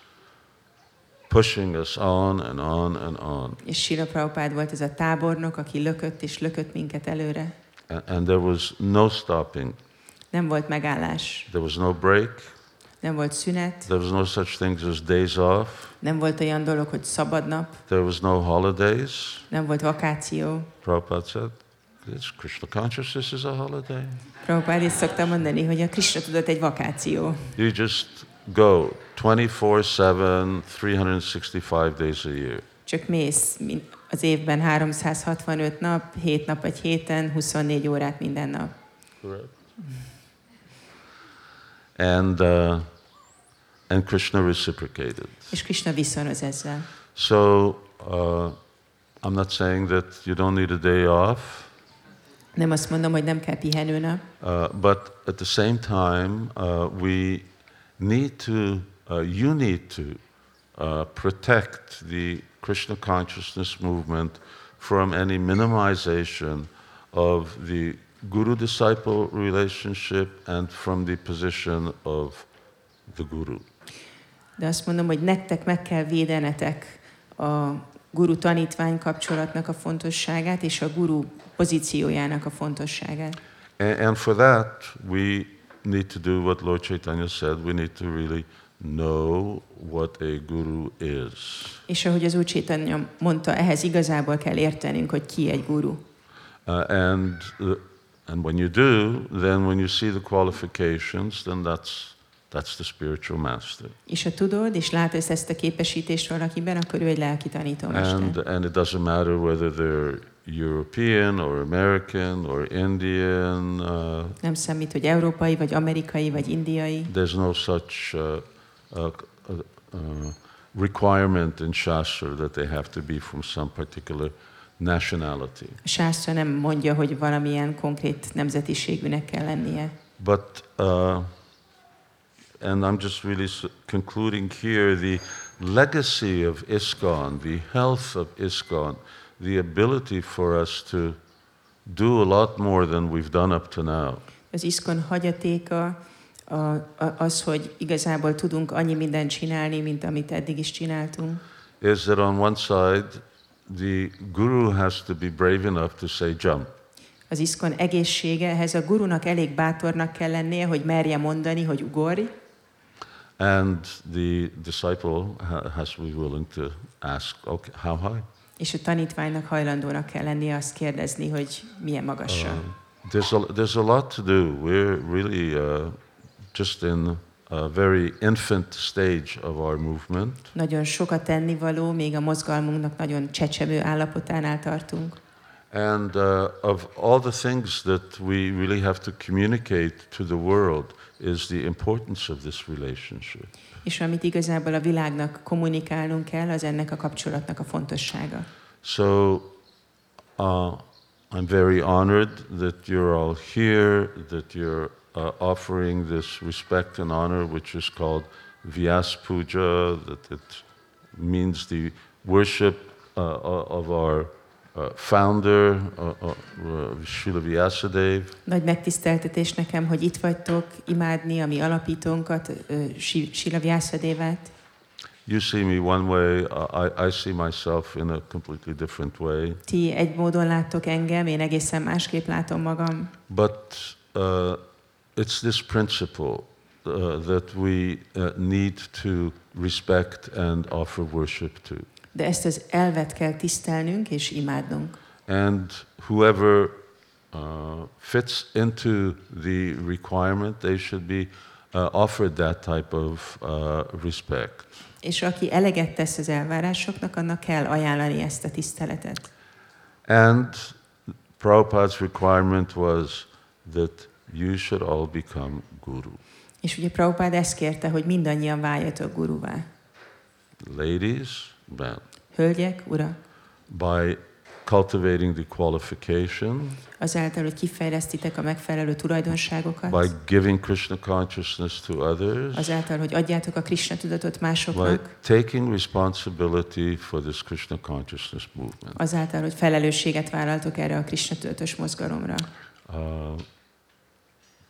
Speaker 1: pushing us on and on and on.
Speaker 2: És Sila Prabhupád volt ez a tábornok, aki lökött és lökött minket előre.
Speaker 1: And, and there was no stopping,
Speaker 2: Nem volt megállás,
Speaker 1: there was no break,
Speaker 2: nem volt szünet,
Speaker 1: there was no such things as days off,
Speaker 2: nem volt olyan dolog, hogy szabad nap,
Speaker 1: there was no holidays.
Speaker 2: nem volt vakáció.
Speaker 1: Prabhupada said, this Krishna consciousness is a holiday.
Speaker 2: Prabhupád is szokta mondani, hogy a Krishna tudat egy vakáció.
Speaker 1: You just go 24 7, 365 days a year.
Speaker 2: Csak mész min- az évben 365 nap, 7 nap vagy héten, 24 órát minden nap.
Speaker 1: Correct. And, uh, and Krishna reciprocated.
Speaker 2: És Krishna viszonoz ezzel.
Speaker 1: So uh, I'm not saying that you don't need a day off,
Speaker 2: Nem azt mondom, hogy nem kell pihenőnap,
Speaker 1: uh, but at the same time, uh, we need to, uh, you need to uh, protect the Krishna consciousness movement from any minimization of the guru disciple relationship and from the position of the guru.
Speaker 2: de azt mondom, hogy nektek meg kell védenetek a guru tanítvány kapcsolatnak a fontosságát és a guru pozíciójának a fontosságát.
Speaker 1: And, and for that, we need to do what Lord Chaitanya said. We need to really know what a guru is.
Speaker 2: És ahogy az Úr Csétanya mondta, ehhez igazából kell értenünk, hogy ki egy guru.
Speaker 1: Uh, and, uh, and when you do, then when you see the qualifications, then that's, that's the spiritual master.
Speaker 2: És ha tudod, és látod ezt a képesítést valakiben, akkor ő egy lelki tanítómester.
Speaker 1: And, and it doesn't matter whether they're European or American or Indian, uh,
Speaker 2: Nem számít, hogy európai, vagy amerikai, vagy indiai.
Speaker 1: there's no such uh, uh, uh, uh, requirement in Shastra that they have to be from some particular nationality.
Speaker 2: A sászra nem mondja, hogy valamilyen konkrét nemzetiségűnek kell lennie.
Speaker 1: But, uh, and I'm just really s- concluding here the legacy of ISKCON, the health of ISKCON, the ability for us to do a lot more than we've done up to now.
Speaker 2: Az iszkon hagyatéka a, a, az, hogy igazából tudunk annyi mindent csinálni, mint amit eddig is csináltunk.
Speaker 1: Is that on one side, the guru has to be brave enough to say jump.
Speaker 2: Az iszkon egészsége, ehhez a gurunak elég bátornak kell lennie, hogy merje mondani, hogy ugorj,
Speaker 1: And the disciple ha- has to be willing to ask, okay, how high?
Speaker 2: és a tanítványnak hajlandónak kell lennie azt kérdezni, hogy milyen magasra.
Speaker 1: Uh, there's, a, there's a lot to do. We're really uh, just in a very infant stage of our movement.
Speaker 2: Nagyon sok a tennivaló, még a mozgalmunknak nagyon csecsemő állapotánál tartunk.
Speaker 1: And uh, of all the things that we really have to communicate to the world is the importance of this relationship.
Speaker 2: És amit igazából a világnak kommunikálnunk kell, az ennek a kapcsolatnak a fontossága.
Speaker 1: So uh, I'm very honored that you're all here, that you're uh, offering this respect and honor, which is called Vyas Puja, that it means the worship uh, o- of our uh, founder, uh, uh, Srila Vyasadeva.
Speaker 2: Nagy megtiszteltetés nekem, hogy itt vagytok imádni a mi alapítónkat, ö, Si- Sila Vyászadévát.
Speaker 1: You see me one way, I, I- I see myself in a completely different way.
Speaker 2: Ti egy módon láttok engem, én egészen másképp látom magam.
Speaker 1: But uh, it's this principle uh, that we uh, need to respect and offer worship to.
Speaker 2: De ezt az elvet kell tisztelnünk és imádnunk.
Speaker 1: And whoever uh, fits into the requirement, they should be uh, offered that type of uh, respect.
Speaker 2: És aki eleget tesz az elvárásoknak, annak kell ajánlani ezt a tiszteletet.
Speaker 1: And Prabhupada's requirement was that you should all become guru.
Speaker 2: És ugye Prabhupád ezt kérte, hogy mindannyian váljatok guruvá.
Speaker 1: Ladies, men,
Speaker 2: Hölgyek, urak,
Speaker 1: by cultivating the qualification,
Speaker 2: azáltal, hogy kifejlesztitek a megfelelő
Speaker 1: by
Speaker 2: tulajdonságokat,
Speaker 1: giving Krishna consciousness to others,
Speaker 2: azáltal, hogy adjátok a Krishna tudatot
Speaker 1: by
Speaker 2: másoknak,
Speaker 1: taking responsibility for this Krishna consciousness movement.
Speaker 2: azáltal, hogy felelősséget vállaltok erre a Krishna tudatos mozgalomra.
Speaker 1: Uh,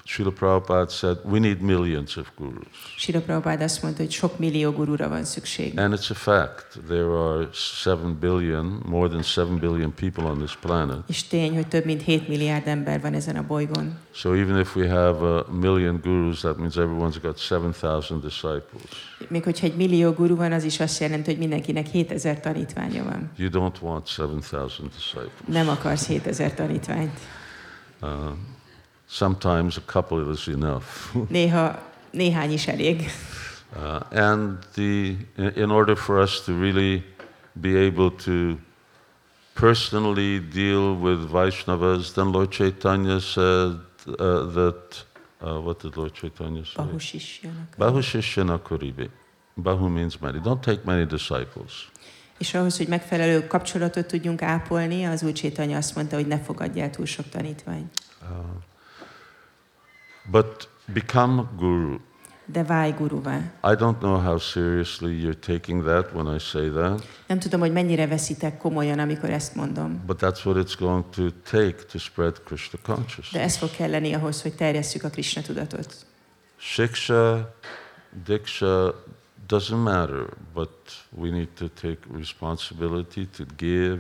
Speaker 1: Srila Prabhupada said, we need millions of gurus.
Speaker 2: Sila Prabhupád azt mondta, hogy sok millió gurúra van szükség.
Speaker 1: And it's a fact. There are 7 billion, more than 7 billion people on this planet.
Speaker 2: És tény, hogy több mint 7 milliárd ember van ezen a bolygón.
Speaker 1: So even if we have a million gurus, that means everyone's got 7,000 disciples.
Speaker 2: Még hogyha egy millió guru van, az is azt jelenti, hogy mindenkinek 7000 tanítványa van.
Speaker 1: You don't want 7,000 disciples.
Speaker 2: Nem akarsz 7000 tanítványt.
Speaker 1: Uh, sometimes a couple is enough.
Speaker 2: Néha néhány is elég.
Speaker 1: Uh, and the, in in order for us to really be able to personally deal with Vaishnavas, then Lord Chaitanya said uh, that, uh, what did Lord Chaitanya say?
Speaker 2: Bahus is jönnek.
Speaker 1: Bahu Shishya Nakuribi. Bahu means many. Don't take many disciples.
Speaker 2: És ahhoz, hogy megfelelő kapcsolatot tudjunk ápolni, az új Csétanya azt mondta, hogy ne fogadjál túl sok tanítványt.
Speaker 1: Uh, but become guru.
Speaker 2: De válj guruvá.
Speaker 1: I don't know how seriously you're taking that when I say that,
Speaker 2: Nem tudom, hogy mennyire veszitek komolyan, amikor ezt mondom.
Speaker 1: but that's what it's going to take to spread Krishna
Speaker 2: De
Speaker 1: consciousness.
Speaker 2: ez fog kelleni ahhoz, hogy terjesszük a Krishna tudatot.
Speaker 1: Shiksha, diksha doesn't matter, but we need to take responsibility to give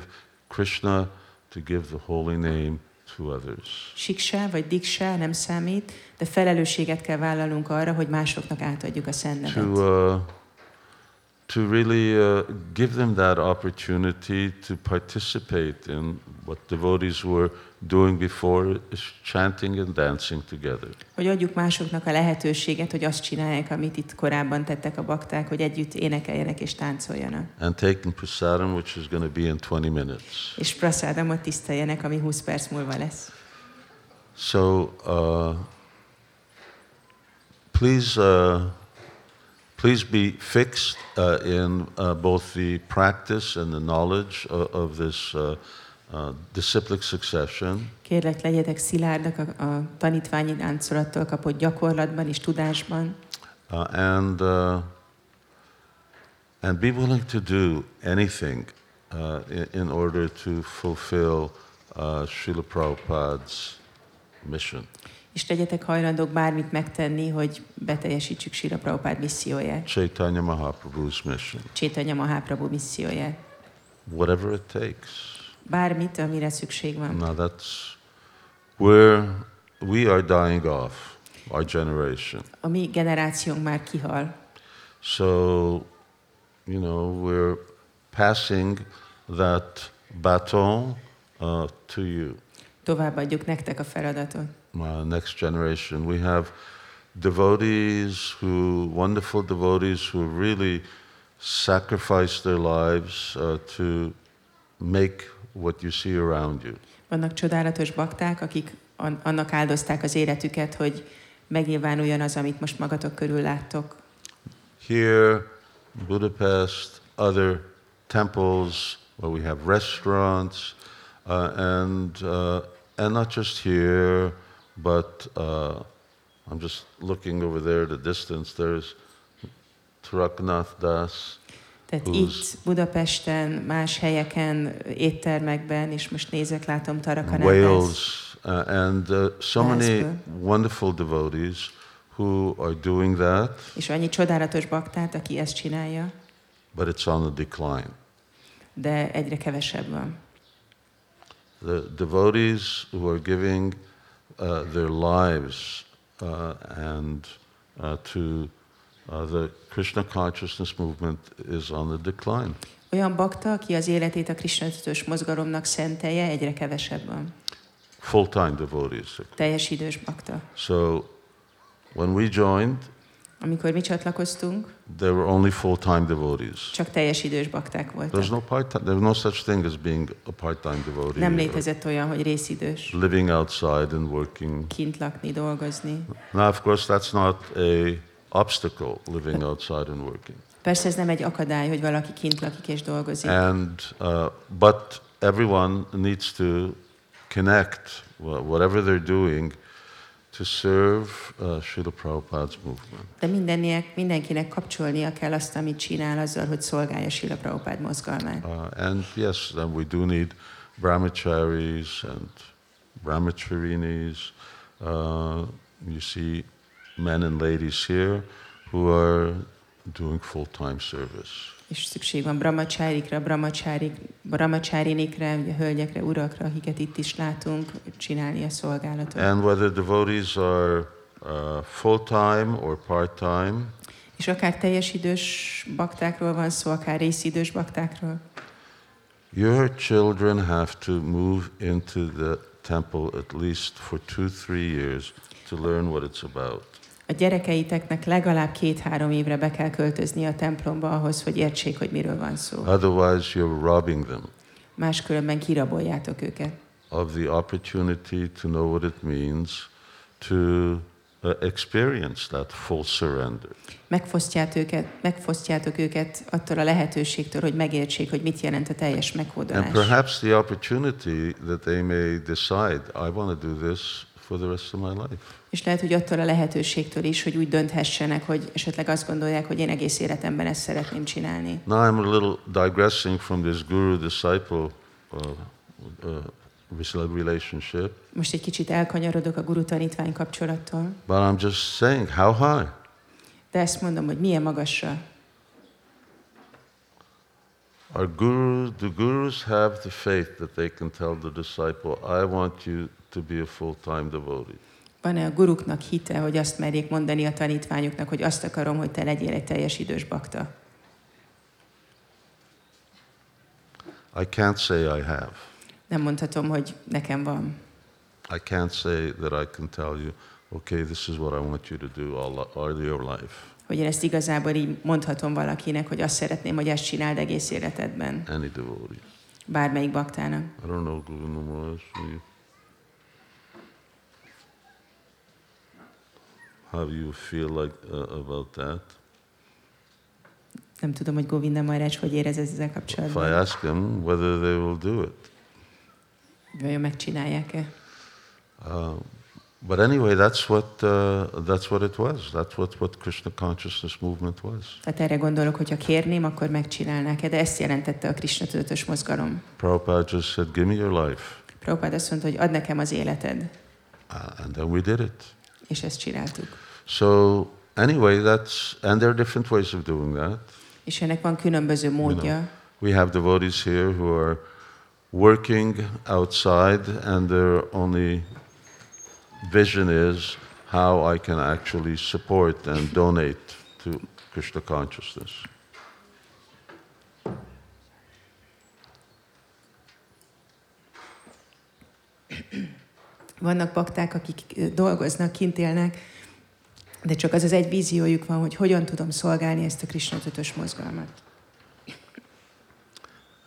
Speaker 1: Krishna, to give the holy name to others.
Speaker 2: Siksá vagy diksá nem számít, de felelősséget kell vállalnunk arra, hogy másoknak átadjuk a szent
Speaker 1: to
Speaker 2: nevet.
Speaker 1: uh, to really uh, give them that opportunity to participate in what devotees were doing before, is chanting and dancing together.
Speaker 2: Hogy adjuk másoknak a lehetőséget, hogy azt csinálják, amit itt korábban tettek a bakták, hogy együtt énekeljenek és táncoljanak.
Speaker 1: And taking prasadam, which is going to be in 20 minutes.
Speaker 2: És prasádamot tiszteljenek, ami 20 perc múlva lesz.
Speaker 1: So uh, please, uh, please be fixed uh, in uh, both the practice and the knowledge of, of this uh, uh, disciplic succession.
Speaker 2: Kérlek, legyetek szilárdak a, a tanítványi láncolattól kapott gyakorlatban és tudásban,
Speaker 1: uh, and uh, and be willing to do anything uh, in, in order to fulfill uh, Srila Prabhupada's mission.
Speaker 2: és legyetek hajlandók bármit megtenni, hogy beteljesítsük Sila Prabhupád misszióját,
Speaker 1: Chaitanya Mahaprabhu's mission,
Speaker 2: Csétanya Mahaprabhu misszióját.
Speaker 1: whatever it takes.
Speaker 2: Bármit, amire szükség van.
Speaker 1: Now that's where we are dying off, our generation.
Speaker 2: A mi generációnk már kihal.
Speaker 1: So, you know, we're passing that baton uh, to you.
Speaker 2: Továbbadjuk nektek a feladatot.
Speaker 1: uh, next generation. We have devotees who, wonderful devotees who really sacrifice their lives uh, to make what you see around you.
Speaker 2: Vannak csodálatos bakták, akik an- annak áldozták az életüket, hogy megnyilvánuljon az, amit most magatok körül láttok.
Speaker 1: Here, Budapest, other temples where we have restaurants, uh, and, uh, and not just here, but uh, I'm just looking over there, the distance, there's Traknath Das.
Speaker 2: Tehát
Speaker 1: Húsz.
Speaker 2: itt, Budapesten, más helyeken, éttermekben, és most nézek, látom Tarakanát.
Speaker 1: Wales, uh, and uh, so many
Speaker 2: Jasper.
Speaker 1: wonderful devotees who are doing that,
Speaker 2: És annyi csodálatos baktát, aki ezt csinálja,
Speaker 1: but it's on the decline.
Speaker 2: de egyre kevesebb van.
Speaker 1: The devotees who are giving uh, their lives uh, and uh, to uh, the Krishna consciousness movement is on the decline.
Speaker 2: Olyan bakta, aki az életét a Krishna tudatos mozgalomnak szentelje, egyre kevesebb van.
Speaker 1: Full-time devotees.
Speaker 2: Teljes idős bakta.
Speaker 1: So when we joined,
Speaker 2: Amikor mi csatlakoztunk,
Speaker 1: there were only full-time devotees.
Speaker 2: csak teljes idős bakták voltak.
Speaker 1: There's no part-time. There's no such thing as being a part-time devotee.
Speaker 2: Nem
Speaker 1: or-
Speaker 2: létezett olyan, hogy részidős.
Speaker 1: living outside and working.
Speaker 2: Kint lakni, dolgozni.
Speaker 1: Now, of course, that's not a obstacle, living outside and working.
Speaker 2: Persze ez nem egy akadály, hogy valaki kint lakik és dolgozik,
Speaker 1: And uh, but everyone needs to connect wha- whatever they're doing to serve uh, Srila Prabhupada's movement.
Speaker 2: de mindenkinek, mindenkinek kapcsolnia kell azt, amit csinál azzal, hogy szolgálja Sila Prabhupád mozgalmát.
Speaker 1: Uh, and yes, then we do need brahmacharis and brahmacharinis. Uh, you see men and ladies here who are doing full-time service.
Speaker 2: És szükség van brahmacsárikra, brahmacsárik, brahmacsárinikre, ugye hölgyekre, urakra, akiket itt is látunk, csinálni a szolgálatot.
Speaker 1: And whether devotees are uh, full time or part time,
Speaker 2: És akár teljes idős baktákról van szó, akár részidős baktákról.
Speaker 1: your children have to move into the temple at least for two, three years to learn what it's about.
Speaker 2: A gyerekeiteknek legalább két-három évre be kell költözni a templomba ahhoz, hogy értsék, hogy miről van szó.
Speaker 1: Otherwise, you're robbing them
Speaker 2: Máskülönben kiraboljátok őket.
Speaker 1: of the opportunity to know what it means to uh, experience that full surrender.
Speaker 2: Megfosztját őket, megfosztjátok őket attól a lehetőségtől, hogy megértsék, hogy mit jelent a teljes
Speaker 1: And
Speaker 2: meghódolás.
Speaker 1: perhaps the opportunity that they may decide, I want to do this for the rest of my life.
Speaker 2: És lehet, hogy attól a lehetőségtől is, hogy úgy dönthessenek, hogy esetleg azt gondolják, hogy én egész életemben ezt szeretném csinálni.
Speaker 1: Now I'm a little digressing from this guru disciple uh, uh, relationship,
Speaker 2: Most egy kicsit elkanyarodok a guru tanítvány kapcsolattól,
Speaker 1: but I'm just saying how high?
Speaker 2: de ezt mondom, hogy milyen magasra.
Speaker 1: Our guru, the gurus have the faith that they can tell the disciple, I want you to be a full time devotee.
Speaker 2: Van-e a guruknak hite, hogy azt merjék mondani a tanítványoknak, hogy azt akarom, hogy te legyél egy teljes idős bakta?
Speaker 1: I can't say I have.
Speaker 2: Nem mondhatom, hogy nekem van.
Speaker 1: I can't say that I can tell you, okay, this is what I want you to do all, all your life.
Speaker 2: Hogy én ezt igazából így mondhatom valakinek, hogy azt szeretném, hogy ezt csináld egész életedben.
Speaker 1: Any devotee.
Speaker 2: Bármelyik baktának.
Speaker 1: I don't know Guru Namaraj. How you feel like uh, about that?
Speaker 2: Nem tudom, hogy Govinda Marács hogy érez ezzel
Speaker 1: If I
Speaker 2: kapcsolatban.
Speaker 1: ask them whether they will do it.
Speaker 2: Vajon megcsinálják-e?
Speaker 1: Uh, but anyway, that's what uh, that's what it was. That's what what Krishna consciousness movement was.
Speaker 2: Tehát erre gondolok, hogy ha kérném, akkor megcsinálnák-e, de ezt jelentette a Krishna tudatos mozgalom.
Speaker 1: Prabhupada just said, "Give me your life,"
Speaker 2: Prabhupád azt mondta, hogy ad nekem az életed,
Speaker 1: uh, and then we did it.
Speaker 2: és ezt csináltuk.
Speaker 1: So anyway, that's and there are different ways of doing that.
Speaker 2: És ennek van különböző módja.
Speaker 1: We have devotees here who are working outside, and their only vision is how I can actually support and donate to Krishna consciousness.
Speaker 2: Vannak bakták, akik ö, dolgoznak, kint élnek, de csak az az egy víziójuk van, hogy hogyan tudom szolgálni ezt a Krishna tudatos mozgalmat.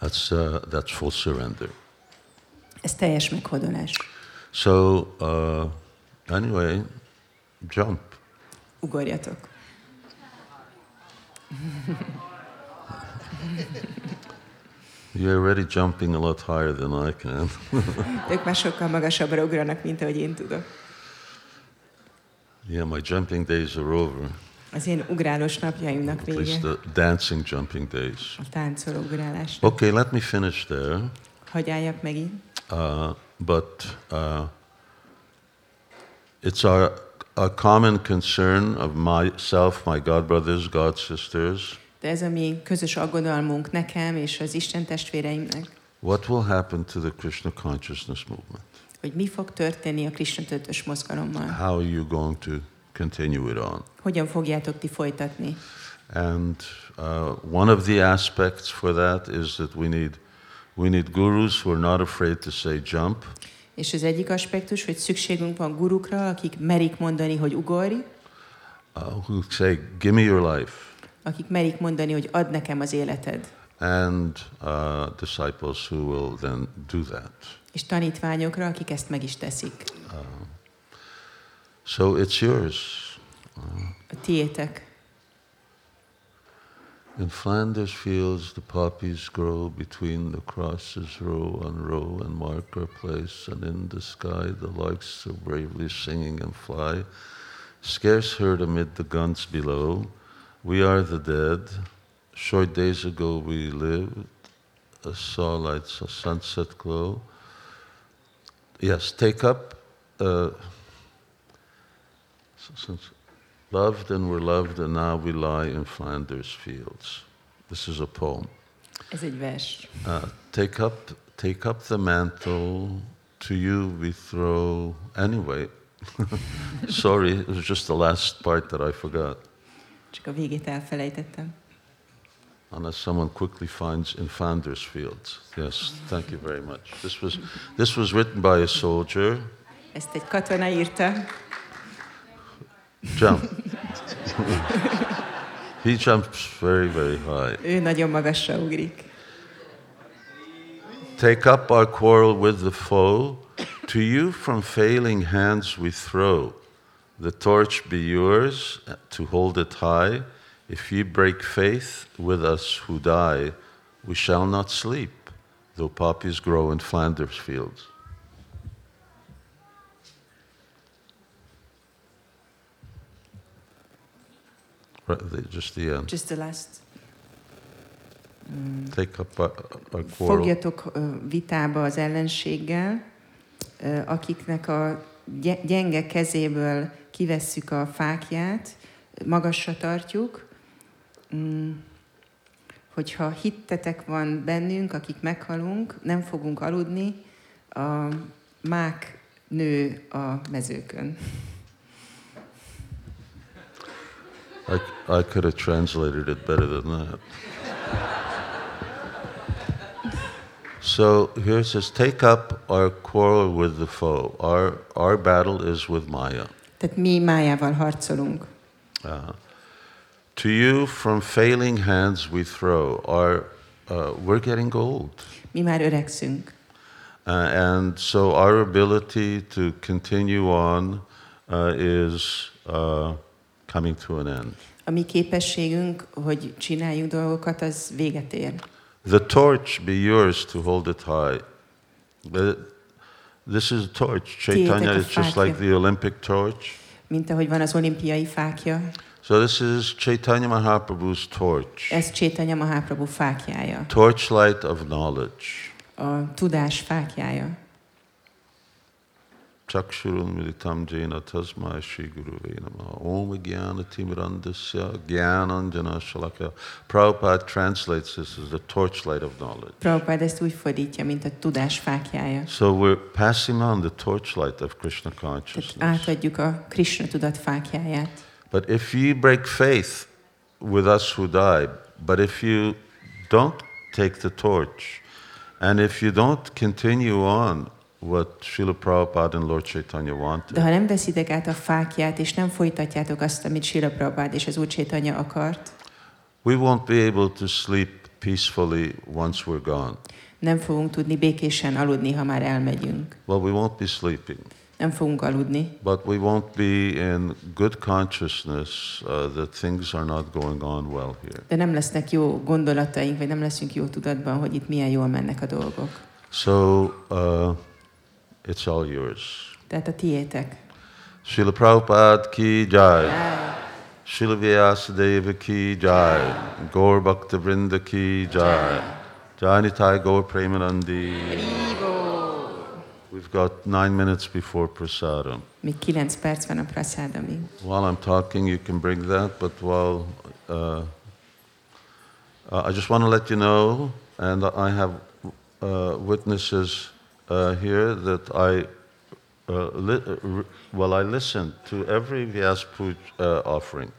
Speaker 1: That's, uh, that's full surrender.
Speaker 2: Ez teljes meghódolás.
Speaker 1: So, uh, anyway, jump.
Speaker 2: Ugorjatok.
Speaker 1: You're already jumping a lot higher than I can.
Speaker 2: Ők már sokkal magasabbra ugranak, mint ahogy én tudok.
Speaker 1: Yeah, my jumping days are over,
Speaker 2: Az én ugrálós napjaimnak
Speaker 1: at
Speaker 2: vége.
Speaker 1: least the dancing jumping days.
Speaker 2: A táncoló ugrálás.
Speaker 1: Okay, let me finish there.
Speaker 2: Hagyáljak meg így.
Speaker 1: Uh, but uh, it's our, our common concern of myself, my God brothers, God sisters.
Speaker 2: De ez a mi közös aggodalmunk nekem és az Isten testvéreimnek,
Speaker 1: What will happen to the Krishna consciousness movement?
Speaker 2: hogy mi fog történni a Krishna tötös mozgalommal.
Speaker 1: How are you going to continue it on?
Speaker 2: Hogyan fogjátok ti folytatni?
Speaker 1: And uh, one of the aspects for that is that we need, we need gurus who are not afraid to say jump,
Speaker 2: És az egyik aspektus, hogy szükségünk van gurukra, akik merik mondani, hogy ugorj,
Speaker 1: uh, who say, Give me your life,
Speaker 2: akik merik mondani, hogy ad nekem az életed.
Speaker 1: and uh, disciples who will then do that.
Speaker 2: És tanítványokra, akik ezt meg is teszik.
Speaker 1: So it's yours.
Speaker 2: A tiétek.
Speaker 1: In Flanders fields, the poppies grow between the crosses, row on row, and mark our place. And in the sky, the larks are bravely singing and fly, scarce heard amid the guns below. We are the dead. Short days ago, we lived. A saw lights a sunset glow. Yes, take up. Uh, s- since Loved and were loved, and now we lie in Flanders fields. This is a poem.
Speaker 2: Ez egy vers.
Speaker 1: Uh, take up, take up the mantle. To you we throw. Anyway, sorry, it was just the last part that I forgot.
Speaker 2: Csak a végét elfelejtettem.
Speaker 1: Unless someone quickly finds in Flanders fields. Yes, thank you very much. This was, this was written by a soldier.
Speaker 2: Ezt egy katona írta.
Speaker 1: Jump. he jumps very, very high.
Speaker 2: Ő nagyon magasra ugrik.
Speaker 1: Take up our quarrel with the foe. To you from failing hands we throw. The torch be yours uh, to hold it high. If ye break faith with us who die, we shall not sleep, though poppies grow in Flanders fields. Right, the- just the end.
Speaker 2: Just the last.
Speaker 1: Take up our, our quarrel.
Speaker 2: Mm, Fogjatok ö, vitába az ellenséggel, ö, akiknek a gy- gyenge kezéből kivesszük a fákját, magasra tartjuk. Mm, Hogyha hittetek van bennünk, akik meghalunk, nem fogunk aludni, a mák nő a mezőkön.
Speaker 1: I, I could have translated it better than that. so here it says, take up our quarrel with the foe. Our, our battle is with Maya.
Speaker 2: Tehát mi májával harcolunk.
Speaker 1: Uh, to you from failing hands we throw. Our, uh, we're getting old.
Speaker 2: Mi már öregszünk.
Speaker 1: Uh, and so our ability to continue on uh, is uh, coming to an end.
Speaker 2: A mi képességünk, hogy csináljunk dolgokat, az véget ér.
Speaker 1: The torch be yours to hold it high. The- this is a torch. Chaitanya
Speaker 2: Tiétek a
Speaker 1: is just like
Speaker 2: fákja.
Speaker 1: the Olympic torch.
Speaker 2: mint ahogy van az olimpiai fákja,
Speaker 1: So this is Chaitanya Mahaprabhu's torch.
Speaker 2: ez Csétanya Mahaprabhu fákjája,
Speaker 1: Torchlight of knowledge.
Speaker 2: a tudás fákjája.
Speaker 1: Chakshurun militam jena tasmai shri gurave namaha. Om jnana timirandasya jnananjana shalaka. Prabhupada translates this as the torchlight of knowledge.
Speaker 2: Prabhupád ezt úgy fordítja, mint a tudás fákjája.
Speaker 1: So we're passing on the torchlight of Krishna consciousness.
Speaker 2: Tehát átadjuk a Krishna tudat fákjáját.
Speaker 1: But if you break faith with us who die, but if you don't take the torch, and if you don't continue on what Srila Prabhupada and Lord Chaitanya
Speaker 2: De
Speaker 1: wanted,
Speaker 2: ha nem veszitek át a fákját, és nem folytatjátok azt, amit Sila Prabhupád és az Úr Csétanya akart,
Speaker 1: we won't be able to sleep peacefully once we're gone.
Speaker 2: nem fogunk tudni békésen aludni, ha már elmegyünk.
Speaker 1: Well, we won't be sleeping,
Speaker 2: Nem fogunk aludni,
Speaker 1: but we won't be in good consciousness uh, that things are not going on well here.
Speaker 2: de nem lesznek jó gondolataink, vagy nem leszünk jó tudatban, hogy itt milyen jól mennek a dolgok.
Speaker 1: So uh, it's all yours.
Speaker 2: Tehát a tiétek.
Speaker 1: Srila Prabhupada ki jai.
Speaker 2: Jai.
Speaker 1: Srila Vyasadeva ki jai. Gaur Bhakta Vrinda ki jai. Jai Nitai Gaur Premanandi. We've got nine minutes before prasadam.
Speaker 2: Még kilenc perc van a praszádamig.
Speaker 1: While I'm talking, you can bring that, but while uh, uh, I just want to let you know, and I have uh, witnesses uh, here that I, uh, li- uh, r- well, I listened to every Vyas Puj uh, offering.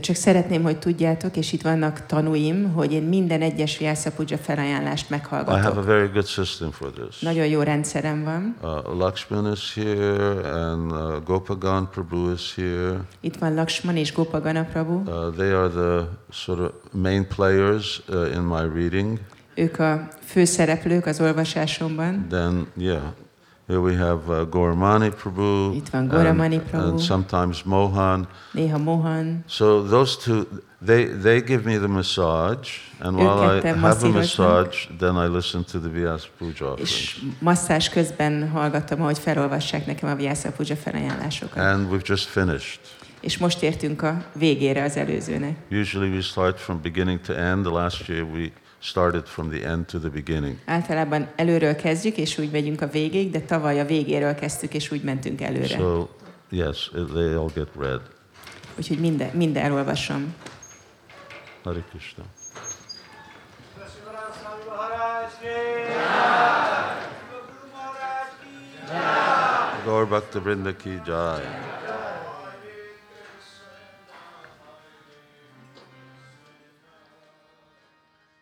Speaker 2: Csak szeretném, hogy tudjátok, és itt vannak tanúim, hogy én minden egyes Vyászapudzsa felajánlást
Speaker 1: I have a
Speaker 2: meghallgatok.
Speaker 1: very good system for this.
Speaker 2: Nagyon jó rendszerem van.
Speaker 1: Uh, Lakshman is here, and uh, Gopagan Prabhu is here.
Speaker 2: Itt van Laksman és Gopagana Prabhu.
Speaker 1: Uh, they are the sort of main players uh, in my reading.
Speaker 2: Ők a főszereplők az olvasásomban.
Speaker 1: Then, yeah, here we have uh, Gauramani Prabhu.
Speaker 2: Itt van Gauramani
Speaker 1: and-
Speaker 2: Prabhu.
Speaker 1: And sometimes Mohan.
Speaker 2: Néha Mohan.
Speaker 1: So those two, they, they give me the massage, and while I
Speaker 2: Őket te
Speaker 1: have a
Speaker 2: masszíroznak.
Speaker 1: massage, then I listen to the Vyas Puja offerings.
Speaker 2: És masszás közben hallgatom, ahogy felolvassák nekem a Vyászapudzsa felajánlásokat.
Speaker 1: And we've just finished.
Speaker 2: És most értünk a végére az előzőnek.
Speaker 1: Usually we start from beginning to end. The last year we started from the end to the beginning.
Speaker 2: Általában előről kezdjük, és úgy megyünk a végig, de tavaly a végéről kezdtük, és úgy mentünk előre.
Speaker 1: So, yes, it- they all get read.
Speaker 2: Úgyhogy minden, minden elolvasom.
Speaker 1: Hare Krishna.
Speaker 3: Shivraj Swami Maharaj के शिव गुरु महाराज की
Speaker 1: Gaur Bhakta Vrinda Ki Jai.